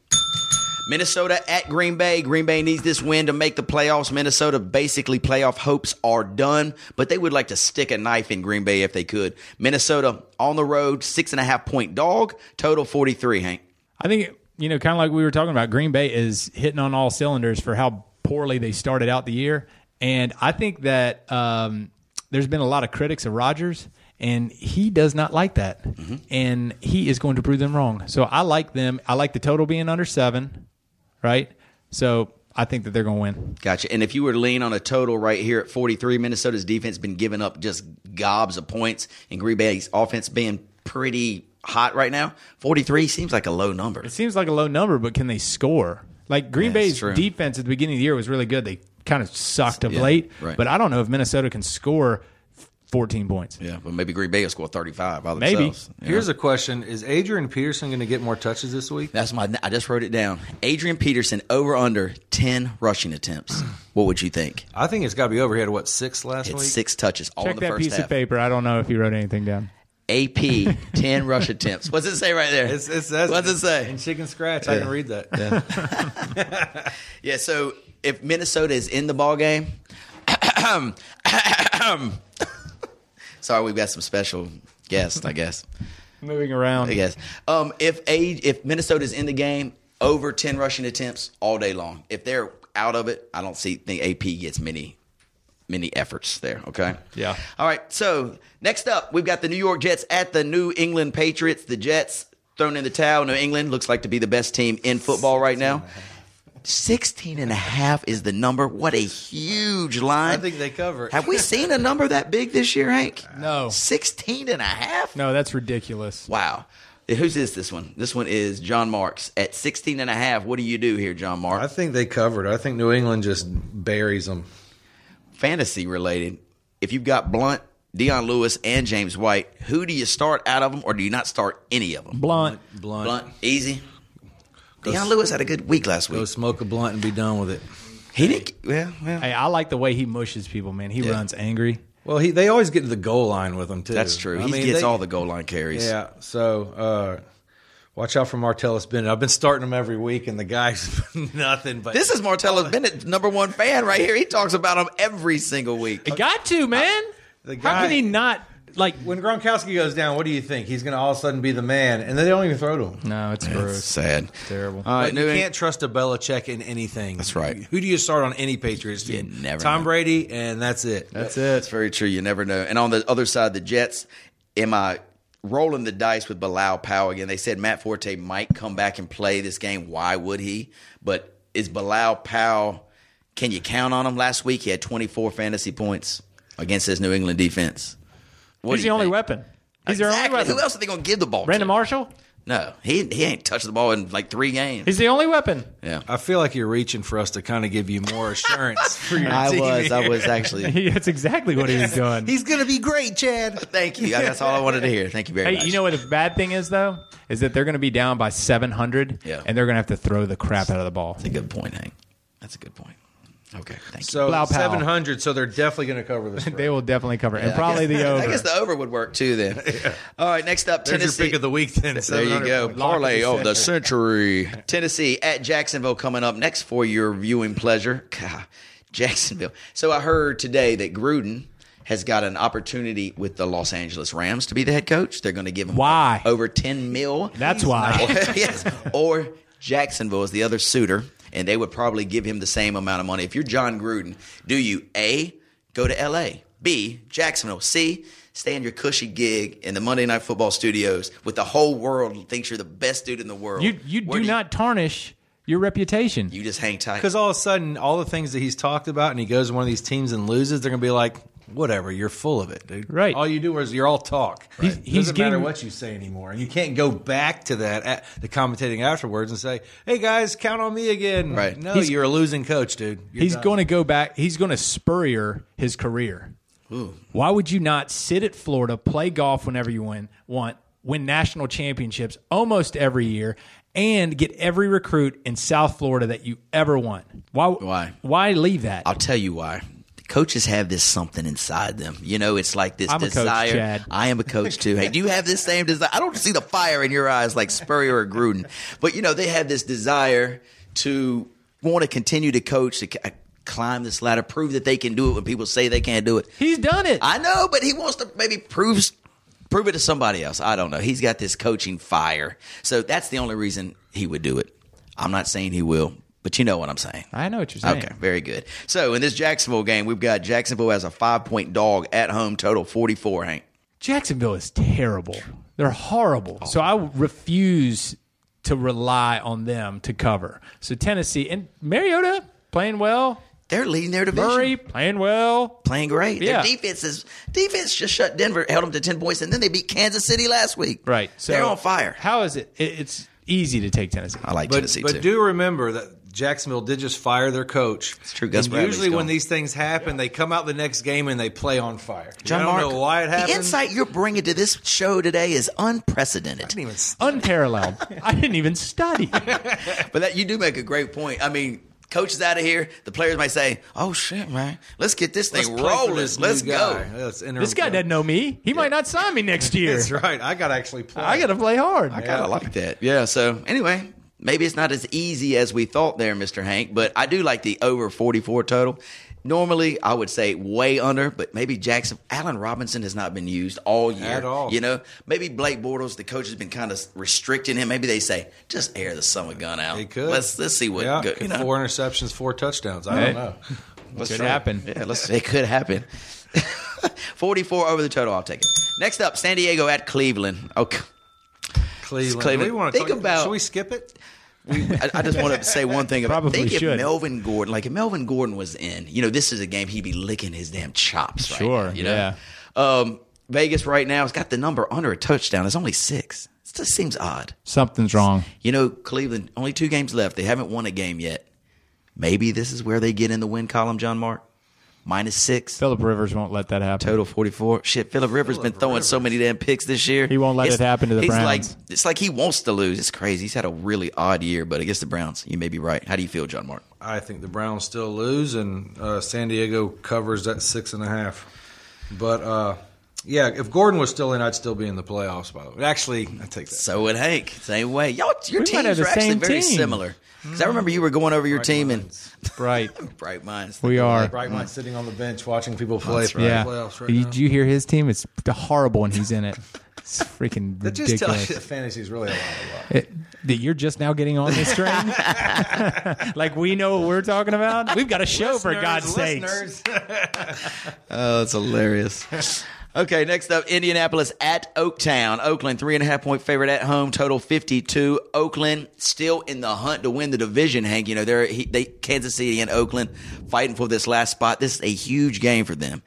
Minnesota at Green Bay. Green Bay needs this win to make the playoffs. Minnesota basically playoff hopes are done, but they would like to stick a knife in Green Bay if they could. Minnesota on the road, six and a half point dog, total 43, Hank.
I think you know, kind of like we were talking about, Green Bay is hitting on all cylinders for how poorly they started out the year, and I think that um, there's been a lot of critics of Rodgers, and he does not like that,
Mm-hmm.
and he is going to prove them wrong. So I like them. I like the total being under seven, right? So I think that they're going to win.
Gotcha. And if you were to lean on a total right here at 43, Minnesota's defense been giving up just gobs of points, and Green Bay's offense being pretty hot right now. 43 seems like a low number.
It seems like a low number, but can they score? Like Green
Yeah, it's
Bay's
true.
defense at the beginning of the year was really good. They kind of sucked of
Yeah,
late,
right.
but I don't know if Minnesota can score 14 points.
Yeah, but maybe Green Bay will score 35 by
Maybe.
themselves. you know?
Here's a question: Is Adrian Peterson going to get more touches this week?
That's my. I just wrote it down. Adrian Peterson over under ten rushing attempts. What would you think?
I think it's got to be over. He had what six last
It's
week?
six touches all in
Check
the
that
first
piece
half.
of paper. I don't know if you wrote anything down.
AP ten rush attempts. What's it say right there?
It's, it's, that's,
What's it say?
In chicken scratch, I can read that.
Yeah. So if Minnesota is in the ball game, sorry, we've got some special guests. I guess.
Moving around.
I guess. Um, if a if Minnesota's in the game, over ten rushing attempts all day long. If they're out of it, I don't see think AP gets many many efforts there. Okay.
Yeah.
All right. So next up, we've got the New York Jets at the New England Patriots. The Jets thrown in the towel. New England looks like to be the best team in football right now. 16 and a half is the number. What a huge line.
I think they cover it.
Have we seen a number that big this year, Hank?
No.
16 and a half?
No, that's ridiculous.
Wow. Who's is this one? This one is John Marks at 16 and a half. What do you do here, John
I
Marks?
think they covered. I think New England just buries them.
Fantasy related. If you've got Blunt, Deion Lewis, and James White, who do you start out of them or do you not start any of them?
Blunt.
Blunt.
Blunt, easy.
Go
Deion
s-
Lewis had a good week last
Go
week.
smoke a blunt and be done with it.
He didn't. Well, well.
Hey, I like the way he mushes people, man. He runs angry.
Well, he they always get to the goal line with him too.
That's true.
I
he
mean,
gets
they-
all the goal line carries.
Yeah. So uh, watch out for Martellus Bennett. I've been starting him every week, and the guy's nothing but
This is Martellus Bennett, number one fan right here. He talks about him every single week.
He got to, man.
the
How
guy-
can he not? Like,
when Gronkowski goes down, what do you think? He's going to all of a sudden be the man, and they don't even throw to him.
no, it's gross.
Sad.
Terrible.
All right,
But you
New Eng-
can't trust a Belichick in anything.
That's right.
Who do you start on any Patriots team?
You never
Tom
know.
Brady, and that's it.
That's
That's
it.
very true. You never know. And on the other side, the Jets, am I rolling the dice with Bilal Powell again? They said Matt Forte might come back and play this game. Why would he? But is Bilal Powell, can you count on him? Last week, he had 24 fantasy points against this New England defense. What
He's
do
the
you
only
think?
weapon. He's
exactly.
their only
Who
weapon.
else are they going to give the ball
Brandon
to?
Marshall.
No, he, he ain't touched the ball in like three games.
He's the only weapon.
yeah.
I feel like you're reaching for us to kind of give you more assurance for your
I
team.
was. I was actually.
He, that's exactly what he was doing.
He's going to be great, Chad.
Thank you. That's all I wanted to hear. Thank you very
Hey,
much.
you know what the bad thing is though is that they're going to be down by 700,
Yeah.
and they're going to have to throw the crap out of the ball.
That's a good point, Hank. That's a good point. Okay, thank you.
So
Blau Powell.
700, so they're definitely going to cover this.
They will definitely cover, it. and
I
probably
guess-
the over.
I guess the over would work too. Then. All right. Next up,
There's your
Tennessee.
pick of the week then.
there you
700.
go.
Lock of the
Parlay of the century. Tennessee at Jacksonville coming up next for your viewing pleasure. God, Jacksonville. So I heard today that Gruden has got an opportunity with the Los Angeles Rams to be the head coach. They're going to give him
Why?
over ten mil.
That's why.
yes. Or Jacksonville is the other suitor, and they would probably give him the same amount of money. If you're John Gruden, do you A, go to LA, B, Jacksonville, C, stay in your cushy gig in the Monday Night Football studios with the whole world thinks you're the best dude in the world?
You you
Where
do not tarnish your reputation.
You, just hang tight.
Because all of a sudden, all the things that he's talked about, and he goes to one of these teams and loses, they're going to be like, whatever, you're full of it, dude.
Right.
All you do is you're all talk.
He's-
Doesn't
he's
matter
getting-
what you say anymore. And you can't go back to that at the commentating afterwards and say, hey, guys, count on me again.
Right.
No,
He's-
you're a losing coach, dude. You're
he's
done.
going to go back. He's going to spurrier his career. Why would you not sit at Florida, play golf whenever you win, want, win national championships almost every year, and get every recruit in South Florida that you ever want? Why?
Why?
Why leave that?
I'll tell you why. Coaches have this something inside them. You know, it's like this
I'm a coach,
desire.
Chad.
I am a coach too. Hey, do you have this same desire? I don't see the fire in your eyes like Spurrier or Gruden, but you know, they have this desire to want to continue to coach, to c- uh, climb this ladder, prove that they can do it when people say they can't do it.
he's done it.
I know, but he wants to maybe prove prove it to somebody else. I don't know. He's got this coaching fire, so that's the only reason he would do it. I'm not saying he will, but you know what I'm saying.
I know what you're saying.
Okay, very good. So in this Jacksonville game, we've got Jacksonville as a five point dog at home, total 44, Hank.
Jacksonville is terrible. They're horrible. So I refuse to rely on them to cover. So Tennessee and Mariota playing well.
They're leading their division.
Murray playing well.
playing great.
Yeah.
Their defense is defense just shut Denver, held them to ten points, and then they beat Kansas City last week.
Right.
they're on fire.
How is it? it it's easy to take Tennessee.
I like
But,
Tennessee
but
too.
do remember that Jacksonville did just fire their coach. It's
true. Gus Bradley's
usually when
gone.
these things happen, they come out the next game and they play on fire.
John
I don't
Mark,
know why it happened.
The insight you're bringing to this show today is unprecedented.
Didn't even s-
Unparalleled. I didn't even study.
But that you do make a great point. I mean, coaches out of here, the players might say, "Oh shit, man, let's get this
let's
thing
play for
rolling.
this
Let's
new
go."
guy. That's interim
This guy
coach.
doesn't know me. He might not sign me next year.
That's right. I got to actually play.
I got to play hard.
I
Oh.
kind of like that. Yeah. So anyway, maybe it's not as easy as we thought there, Mister Hank. But I do like the over forty four total. Normally, I would say way under, but maybe Jackson Allen Robinson has not been used all year.
At all.
you know. Maybe Blake Bortles, the coach, has been kind of restricting him. Maybe they say just air the summer gun out.
He could.
Let's let's see what
Yeah,
go- you know.
four interceptions, four touchdowns. I
Hey.
don't know.
Let's
Could
try it.
happen.
Yeah, let's, it could happen. 44 over the total. I'll take it. Next up, San Diego at Cleveland. Okay.
Cleveland.
Cleveland.
Do we want to
Think
talk,
about-
Should we skip it?
I, I just want to say one thing about
Probably
think if
should.
Melvin Gordon, like if Melvin Gordon was in, you know, this is a game he'd be licking his damn chops. Right
Sure,
now, you know? Um, Vegas right now has got the number under a touchdown. It's only six. It just seems odd.
Something's wrong.
You know, Cleveland only two games left. They haven't won a game yet. Maybe this is where they get in the win column, John Mark. Minus six.
Philip Rivers won't let that happen.
Total 44. Shit, Philip Rivers been throwing so many damn picks this year.
He won't let it happen to the
he's
Browns.
Like, it's like he wants to lose. It's crazy. He's had a really odd year, but against the Browns, you may be right. How do you feel, John Mark?
I think the Browns still lose, and uh, San Diego covers that six and a half. But uh, yeah, if Gordon was still in, I'd still be in the playoffs. By the way, actually, I take that.
So would Hank. Same way. Y'all, your
We might have
teams
the
are actually
same
very
team.
similar. Because I remember you were going over your team
minds.
Right.
and bright minds.
We are.
Bright Mike sitting on the bench watching people play
That's
for
Yeah.
the playoffs right
Did you,
now.
you hear his team? It's horrible when he's in it. It's freaking
That just tells
ridiculous.
you that fantasy is really a lot of luck.
It- that you're just now getting on this train? like we know what we're talking about? We've got a show, for God's sake.
Oh, that's hilarious. okay, next up, Indianapolis at Oaktown. Oakland, three and a half point favorite at home, total 52. Oakland still in the hunt to win the division, Hank. You know, they're he, they, Kansas City and Oakland fighting for this last spot. This is a huge game for them.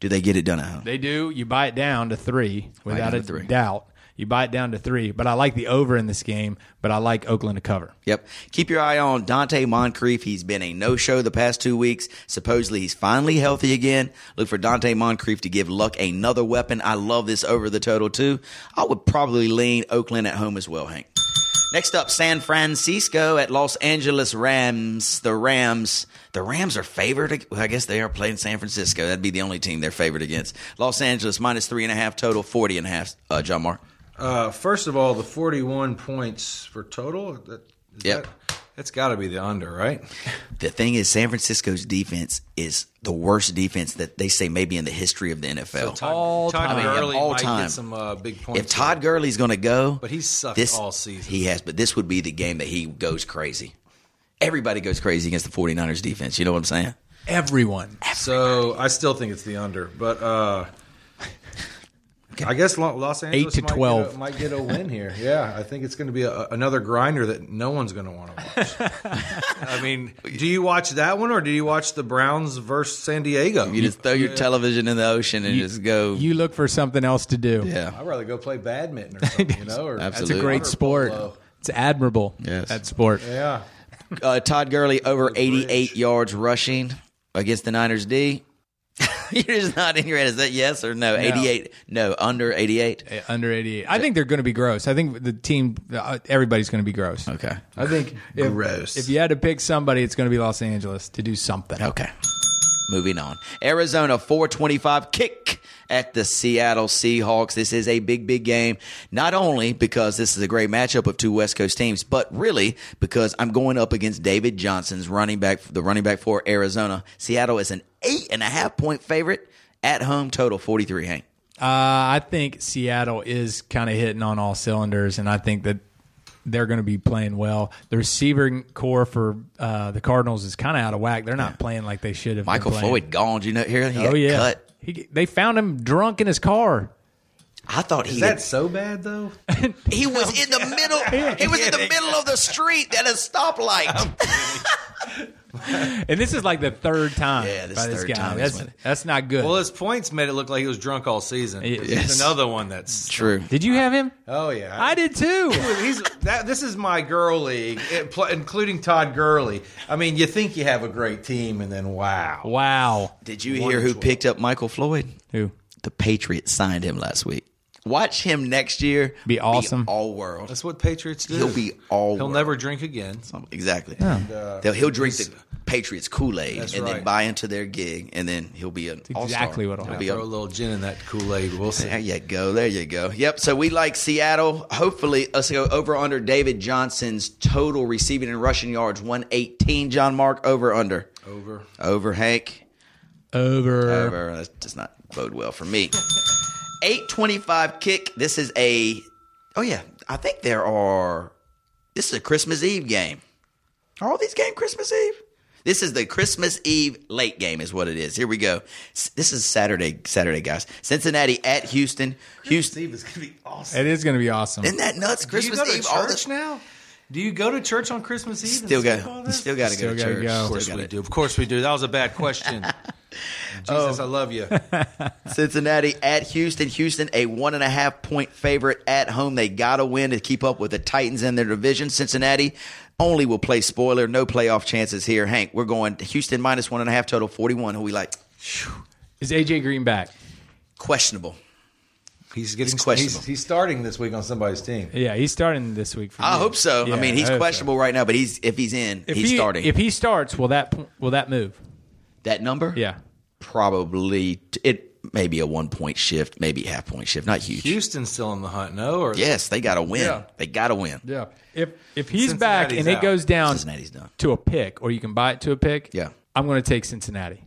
Do they get it done at home?
They do. You buy it down to three
down
without
to
a
three.
doubt. You buy it down to three, but I like the over in this game, but I like Oakland to cover.
Yep. Keep your eye on Dante Moncrief. He's been a no show the past two weeks. Supposedly he's finally healthy again. Look for Dante Moncrief to give Luck another weapon. I love this over the total too. I would probably lean Oakland at home as well, Hank. Next up, San Francisco at Los Angeles Rams. The Rams. The Rams are favored. ag- Well, I guess they are playing San Francisco. That'd be the only team they're favored against. Los Angeles minus three and a half total, 40 and a half, uh, John Mark.
Uh, first of all, the 41 points for total. That, is
Yep.
That, that's got to be the under, right?
The thing is, San Francisco's defense is the worst defense that they say maybe in the history of the NFL.
All
Todd
time.
Gurley
All
might get
time.
some uh, big points.
if Todd Gurley's going to go,
But he's sucked
this,
all season.
He has, but this would be the game that he goes crazy. Everybody goes crazy against the 49ers defense. You know what I'm saying?
Everyone.
So I still think it's the under, but uh, I guess Lo- Los Angeles
to
might,
12.
Get a, might get a win here. Yeah, I think it's going to be a, another grinder that no one's going to want to watch. I mean, do you watch that one or do you watch the Browns versus San Diego?
You just throw your television in the ocean and just go.
You look for something else to do.
yeah.
I'd rather go play badminton or something, you know? Or
It's a
Absolutely.
great sport.
polo.
It's admirable.
Yes.
That sport.
Yeah.
Uh, Todd Gurley over 88 yards rushing against the Niners D. You're just not in your head. Is that yes or no? 88. No, under 88.
Uh, Under 88. I think they're going to be gross. I think the team, uh, everybody's going to be gross.
Okay.
I think if,
Gross.
if you had to pick somebody, it's going to be Los Angeles to do something.
Okay. Moving on. Arizona 425 kick at the Seattle Seahawks. This is a big, big game. Not only because this is a great matchup of two West Coast teams, but really because I'm going up against David Johnson's running back, the running back for Arizona. Seattle is an eight and a half point favorite at home total 43 Hank.
Uh, I think Seattle is kind of hitting on all cylinders, and I think that they're going to be playing well. The receiving core for uh, the Cardinals is kind of out of whack. They're not playing like they should have. been
Michael
playing.
Floyd gone. Do you know here? He
Oh
got
yeah,
cut.
He, they found him drunk in his car.
I thought he
Is that so bad, though?
he was in the middle. He was in the middle of the street at a stoplight.
and this is like the third time.
Yeah, this
by
third time he's
That's,
went.
that's not good.
Well, his points made it look like he was drunk all season.
Yes.
He's another one that's.
True.
did you have him?
Oh yeah,
I did too.
He's that. This is my girl league, it pl- including Todd Gurley. I mean, you think you have a great team, and then wow,
wow.
Did you hear who picked up Michael Floyd?
Who?
The Patriots signed him last week. Watch him next year.
Be awesome.
all world.
that's what Patriots do.
He'll be all.
He'll
world.
never drink again.
Exactly. They'll- he'll drink the Patriots Kool Aid
That's
and then
right.
buy into their gig, and then he'll be an all-star.
exactly what'll
He'll
happen.
be
Throw
a-
a little gin in that Kool Aid. We'll see.
There you go. There you go. Yep. So we like Seattle. Hopefully, let's go over under David Johnson's total receiving and rushing yards 118. John Mark over under
Over.
over Hank
Over.
over. That does not bode well for me. 825 kick. This is a. Oh yeah, I think there are. This is a Christmas Eve game. Are all these game Christmas Eve? This is the Christmas Eve late game, is what it is. Here we go. S- This is Saturday, Saturday, guys. Cincinnati at Houston. Houston.
Steve is gonna be awesome.
It is going to be awesome.
Isn't that nuts? Christmas
do you go to
Eve,
church
all this.
now? Do you go to church on Christmas Eve? and
Still
skip all
got,
that?
still got to go
Still
to
gotta
church.
go.
Of course
Still
we
gotta-
do. Of course we do. That was a bad question. Jesus, I love you.
Cincinnati at Houston. Houston, a one and a half point favorite at home. They got to win to keep up with the Titans in their division. Cincinnati only will play spoiler. No playoff chances here. Hank, we're going Houston minus one and a half total, 41. Who we like?
Is AJ Green back?
Questionable.
He's getting
It's questionable.
he's, he's starting this week on somebody's team.
Yeah, he's starting this week. For
I
me.
hope so.
Yeah,
I mean, he's
hope so.
questionable right now, but he's if he's in,
If
he's
he,
starting.
If he starts, will that will that move?
that number?
Yeah.
Probably. It may be a one point shift, maybe half point shift. Not huge.
Houston's still in the hunt, no? Or
Yes, they got to win.
Yeah.
They got to win.
Yeah. If if he's back
Cincinnati's
and it
out.
goes down
Cincinnati's done.
to a pick, or you can buy it to a pick.
Yeah.
I'm going to take Cincinnati.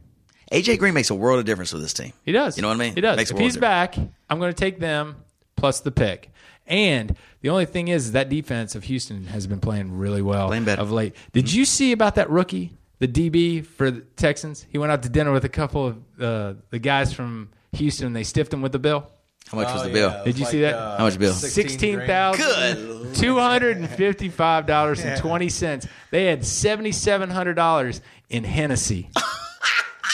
AJ Green makes a world of difference with this team.
He does.
You know what I mean?
He does.
Makes a
if
world
he's
of
back, I'm going to take them plus the pick. And the only thing is that defense of Houston has been playing really well
Playing better. Mm-hmm.
of late. Did you see about that rookie, the DB for the Texans? He went out to dinner with a couple of uh, the guys from Houston. They stiffed him with the bill.
How much was the
Oh, yeah.
bill?
It was
Did you see that?
How much bill?
Sixteen
grand.
thousand two hundred and fifty-five dollars and twenty cents. They had seventy-seven hundred dollars in Hennessy.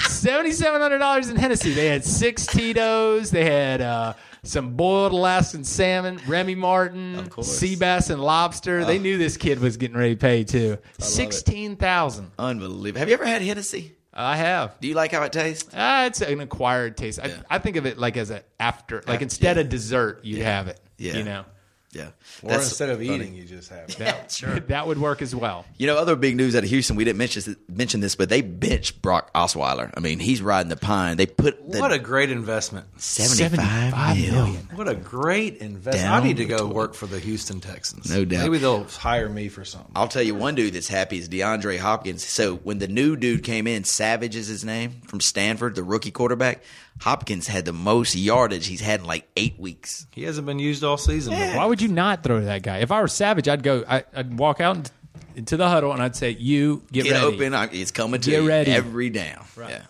Seventy-seven hundred dollars in Hennessy. They had six Tito's. They had uh, some boiled Alaskan salmon, Remy Martin,
course.
sea bass and lobster. They knew this kid was getting ready to pay too. Sixteen thousand.
Unbelievable. Have you ever had Hennessy?
I have.
Do you like how it tastes?
Ah, it's an acquired taste. I, I think of it like as an after, like instead of dessert, you'd have it.
Yeah.
You know,
Yeah.
Or instead of eating, you just have. it.
Yeah, sure.
that would work as well.
You know, other big news out of Houston, we didn't mention, mention this, but they benched Brock Osweiler. I mean, he's riding the pine. They put the
What a great investment!
75,
75
mil.
million.
What a great investment!
Down
I need to go work for the Houston Texans.
No doubt.
Maybe they'll hire me for something.
I'll tell you one dude that's happy is DeAndre Hopkins. So when the new dude came in, Savage is his name from Stanford, the rookie quarterback. Hopkins had the most yardage he's had in like eight weeks.
He hasn't been used all season.
Why would you not throw to that guy? If I were Savage, I'd go. I, I'd walk out and- into the huddle and I'd say, "You get,
Get
ready."
open. I- It's coming to
Get
you
ready.
every down. Yeah.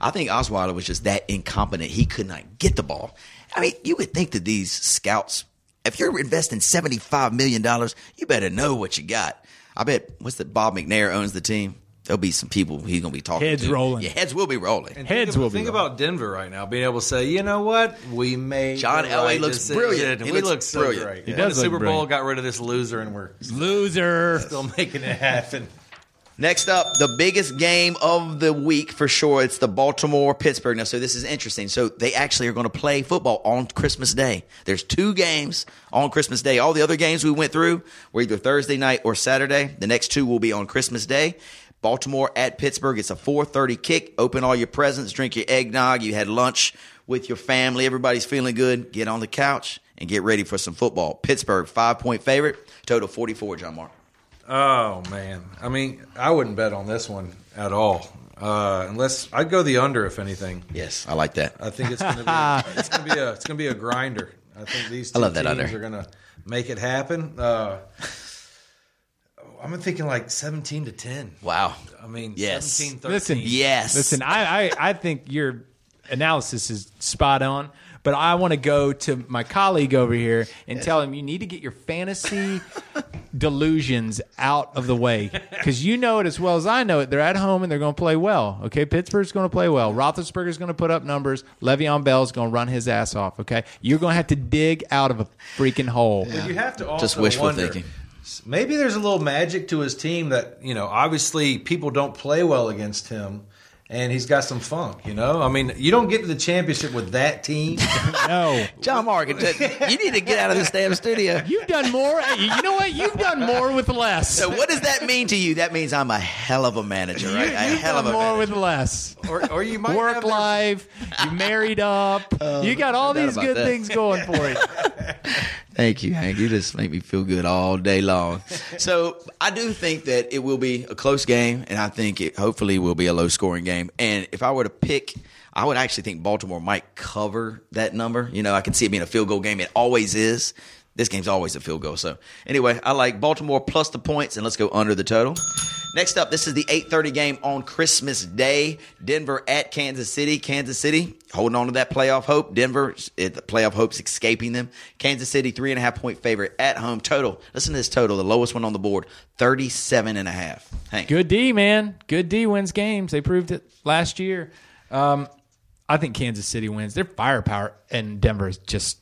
I think Osweiler was just that incompetent. He could not get the ball. I mean, you would think that these scouts, if you're investing $75 million, you better know what you got. I bet, what's that? Bob McNair owns the team. There'll be some people he's going to be talking
Heads
to.
rolling.
Yeah, heads will be rolling.
And
Heads
think ab-
will be
think
rolling.
about Denver right now, being able to say, you know what, we made
John
the
Elway
right
looks
decision.
brilliant. He
we
looks
look so
brilliant.
great.
He
Won
does
the
look
Super Bowl,
brilliant.
got rid of this loser, and we're
loser.
still making it happen.
Next up, the biggest game of the week for sure. It's the Baltimore Pittsburgh. Now, so this is interesting. So they actually are going to play football on Christmas Day. There's two games on Christmas Day. All the other games we went through were either Thursday night or Saturday. The next two will be on Christmas Day. Baltimore at Pittsburgh. It's a 4:30 kick. Open all your presents, drink your eggnog. You had lunch with your family. Everybody's feeling good. Get on the couch and get ready for some football. Pittsburgh five point favorite. Total 44. John Mark.
Oh man, I mean, I wouldn't bet on this one at all, uh, unless I'd go the under if anything.
Yes, I like that.
I think it's gonna be it's gonna be a it's gonna be a grinder. I think these two
I love that
teams
under.
are gonna make it happen. Uh, I'm thinking like 17 to 10.
Wow.
I mean,
Yes.
17 13.
Listen,
Yes.
Listen, I, I, I think your analysis is spot on, but I want to go to my colleague over here and tell him you need to get your fantasy delusions out of the way because you know it as well as I know it. They're at home and they're going to play well. Okay, Pittsburgh's going to play well. Roethlisberger's going to put up numbers. Le'Veon Bell's going to run his ass off. Okay, you're going to have to dig out of a freaking hole.
You have to also
Just wishful
wonder,
thinking.
Maybe there's a little magic to his team that you know. Obviously, people don't play well against him, and he's got some funk. You know, I mean, you don't get to the championship with that team.
No.
John Mark, you need to get out of this damn studio.
You've done more. You know what? You've done more with less.
So what does that mean to you? That means I'm a hell of a manager, right? A
You've
hell of
done
a
more
manager.
with less.
or, or you might have
Work
their-
life. You married up. you got all
forgot
these
about
good
that.
things going for you.
Thank you, Hank. You just make me feel good all day long. So I do think that it will be a close game, and I think it hopefully will be a low scoring game. And if I were to pick, I would actually think Baltimore might cover that number. You know, I can see it being a field goal game. It always is. This game's always a field goal. So anyway, I like Baltimore plus the points, and let's go under the total. Next up, this is the 8:30 game on Christmas Day. Denver at Kansas City. Kansas City holding on to that playoff hope. Denver, it, the playoff hope's escaping them. Kansas City, three and a half point favorite at home. Total. Listen to this total, the lowest one on the board, 37 and a half. Hank.
Good D, man. Good D wins games. They proved it last year. Um, I think Kansas City wins. Their firepower and Denver is just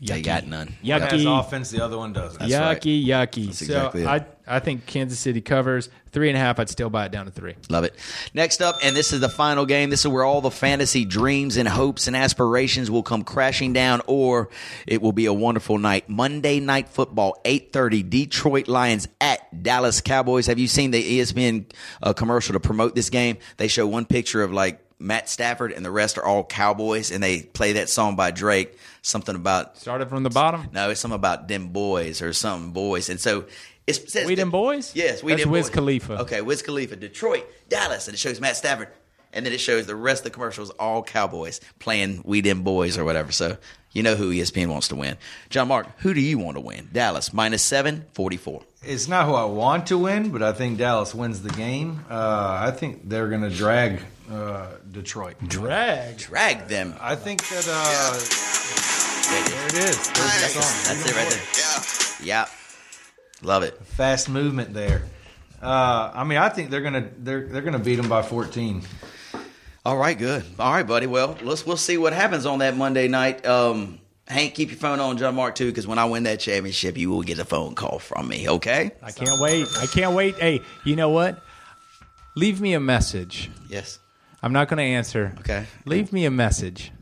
yucky.
They got none.
One has
Yucky.
offense, the other one doesn't.
yucky,
right.
yucky. so
exactly it.
I, I think Kansas City covers three and a half. I'd still buy it down to three.
Love it. Next up, and this is the final game. This is where all the fantasy dreams and hopes and aspirations will come crashing down, or it will be a wonderful night. Monday Night Football, eight thirty. Detroit Lions at Dallas Cowboys. Have you seen the E ESPN uh, commercial to promote this game? They show one picture of like Matt Stafford, and the rest are all Cowboys, and they play that song by Drake, something about
Started from the bottom.
no, it's something about them boys or something boys. And so it's it says
We them boys?
Yes, we
That's
them
Wiz
boys.
Khalifa.
Okay, Wiz Khalifa, Detroit, Dallas, and it shows Matt Stafford, and then it shows the rest of the commercials all Cowboys playing We Them Boys or whatever. So you know who E ESPN wants to win. John Mark, who do you want to win? Dallas minus seven forty four.
It's not who I want to win, but I think Dallas wins the game. Uh, I think they're going to drag uh, Detroit.
Drag.
Drag them.
I think that uh,
There it
there
is.
it is. There's the song.
That's it right there. Yeah. Love it.
Fast movement there. Uh, I mean, I think they're gonna they're they're gonna beat them by 14.
All right, good. All right, buddy. Well, let's we'll see what happens on that Monday night. Um, Hank, keep your phone on John Mark too, because when I win that championship, you will get a phone call from me. Okay?
I can't wait. I can't wait. Hey, you know what? Leave me a message.
Yes.
I'm not going to answer.
Okay.
Leave me a message.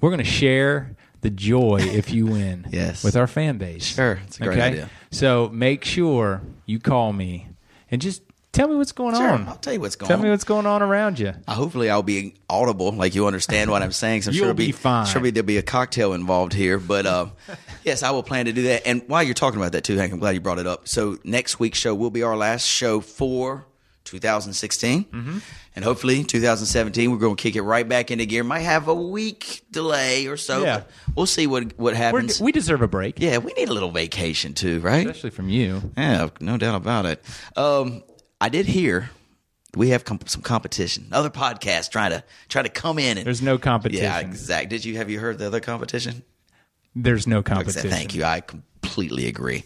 We're going to share the joy if you win.
Yes.
With our fan base.
Sure. It's a great idea.
So make sure you call me and just tell me what's going
Sure.
on.
I'll tell you what's going
Tell
on.
me what's going on around you.
Uh, hopefully, I'll be audible, like you understand what I'm saying. So I'm
You'll
sure it'll
be fine.
Sure, be- there'll be a cocktail involved here, but um, yes, I will plan to do that. And while you're talking about that too, Hank, I'm glad you brought it up. So next week's show will be our last show for 2016,
Mm-hmm.
and hopefully 2017 we're going to kick it right back into gear. Might have a week delay or so.
Yeah.
but we'll see what what
We're,
happens.
we deserve a break,
yeah, we need a little vacation too, right?
especially from you.
Yeah, no doubt about it. Um, I did hear we have com- some competition. Other podcasts trying to try to come in and
There's no competition.
yeah, exact. Did you have you heard the other competition?
There's no
Exa-
competition.
Thank you. I completely agree.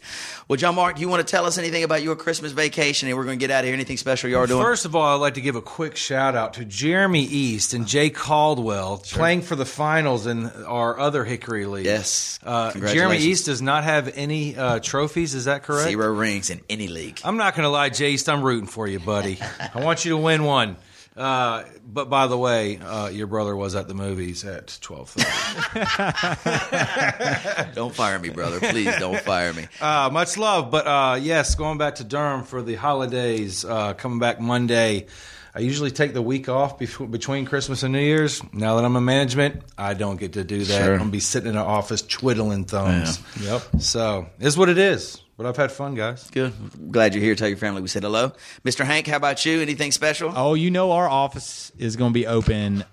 Well, John Mark, you want to tell us anything about your Christmas vacation? And we're going to get out of here. Anything special you are doing?
First of all, I'd like to give a quick shout out to Jeremy East and Jay Caldwell playing for the finals in our other Hickory League.
Yes.
Uh, Jeremy
Congratulations.
East does not have any uh, trophies. Is that correct?
zero rings in any league.
I'm not going to lie, Jace. I'm rooting for you, buddy. I want you to win one. Uh, but by the way, uh, your brother was at the movies at 12:30.
Don't fire me, brother. Please don't fire me.
uh, much love, but uh, yes, going back to Durham for the holidays. Uh, coming back Monday. I usually take the week off before, between Christmas and New Year's. Now that I'm in management, I don't get to do that. I'm going to be sitting in an office twiddling thumbs. Yep. So it's what it is. But I've had fun, guys.
Good. Glad you're here. Tell your family we said hello. Mr. Hank, how about you? Anything special?
Oh, you know our office is going to be open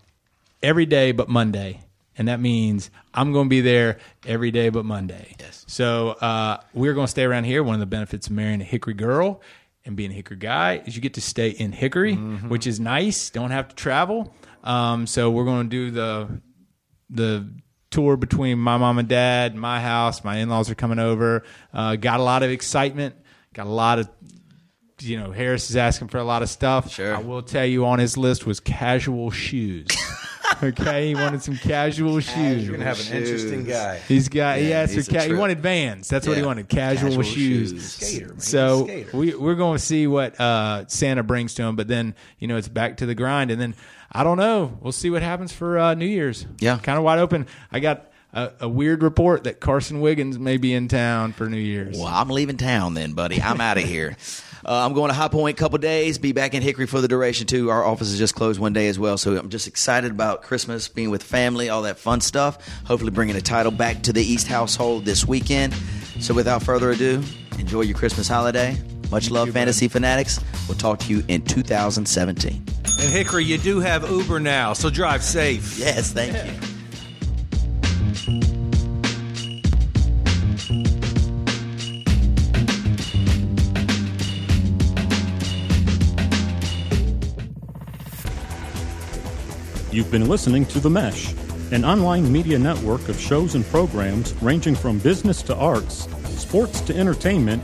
every day but Monday, and that means I'm going to be there every day but Monday.
Yes.
So uh, we're going to stay around here. One of the benefits of marrying a Hickory girl and being a Hickory guy is you get to stay in Hickory, which is nice. Don't have to travel. Um, so we're going to do the the tour between my mom and dad, my house, my in laws are coming over. Uh, got a lot of excitement. Got a lot of, you know, Harris is asking for a lot of stuff.
Sure.
I will tell you on his list was casual shoes. okay, he wanted some casual shoes.
You're gonna have an interesting guy.
He's got he
Yeah,
asked for
he's a
ca- he
trip.
wanted Vans. That's what he
Yeah.
wanted. Casual,
Casual
shoes.
shoes.
Skater, man.
So
Skater.
we we're going to see what uh, Santa brings to him, but then you know it's back to the grind, and then I don't know. We'll see what happens for uh, New Year's.
Yeah.
kind of wide open. I got a, a weird report that Carson Wiggins may be in town for New Year's.
Well, I'm leaving town then, buddy. I'm out of here. Uh, I'm going to High Point a couple days, be back in Hickory for the duration too. Our office is just closed one day as well, so I'm just excited about Christmas, being with family, all that fun stuff. Hopefully, bringing the title back to the East household this weekend. So, without further ado, enjoy your Christmas holiday. Much love, fantasy fanatics. We'll talk to you in 2017.
And Hickory, you do have Uber now, so drive safe.
Yes, thank you.
You've been listening to The Mesh, an online media network of shows and programs ranging from business to arts, sports to entertainment,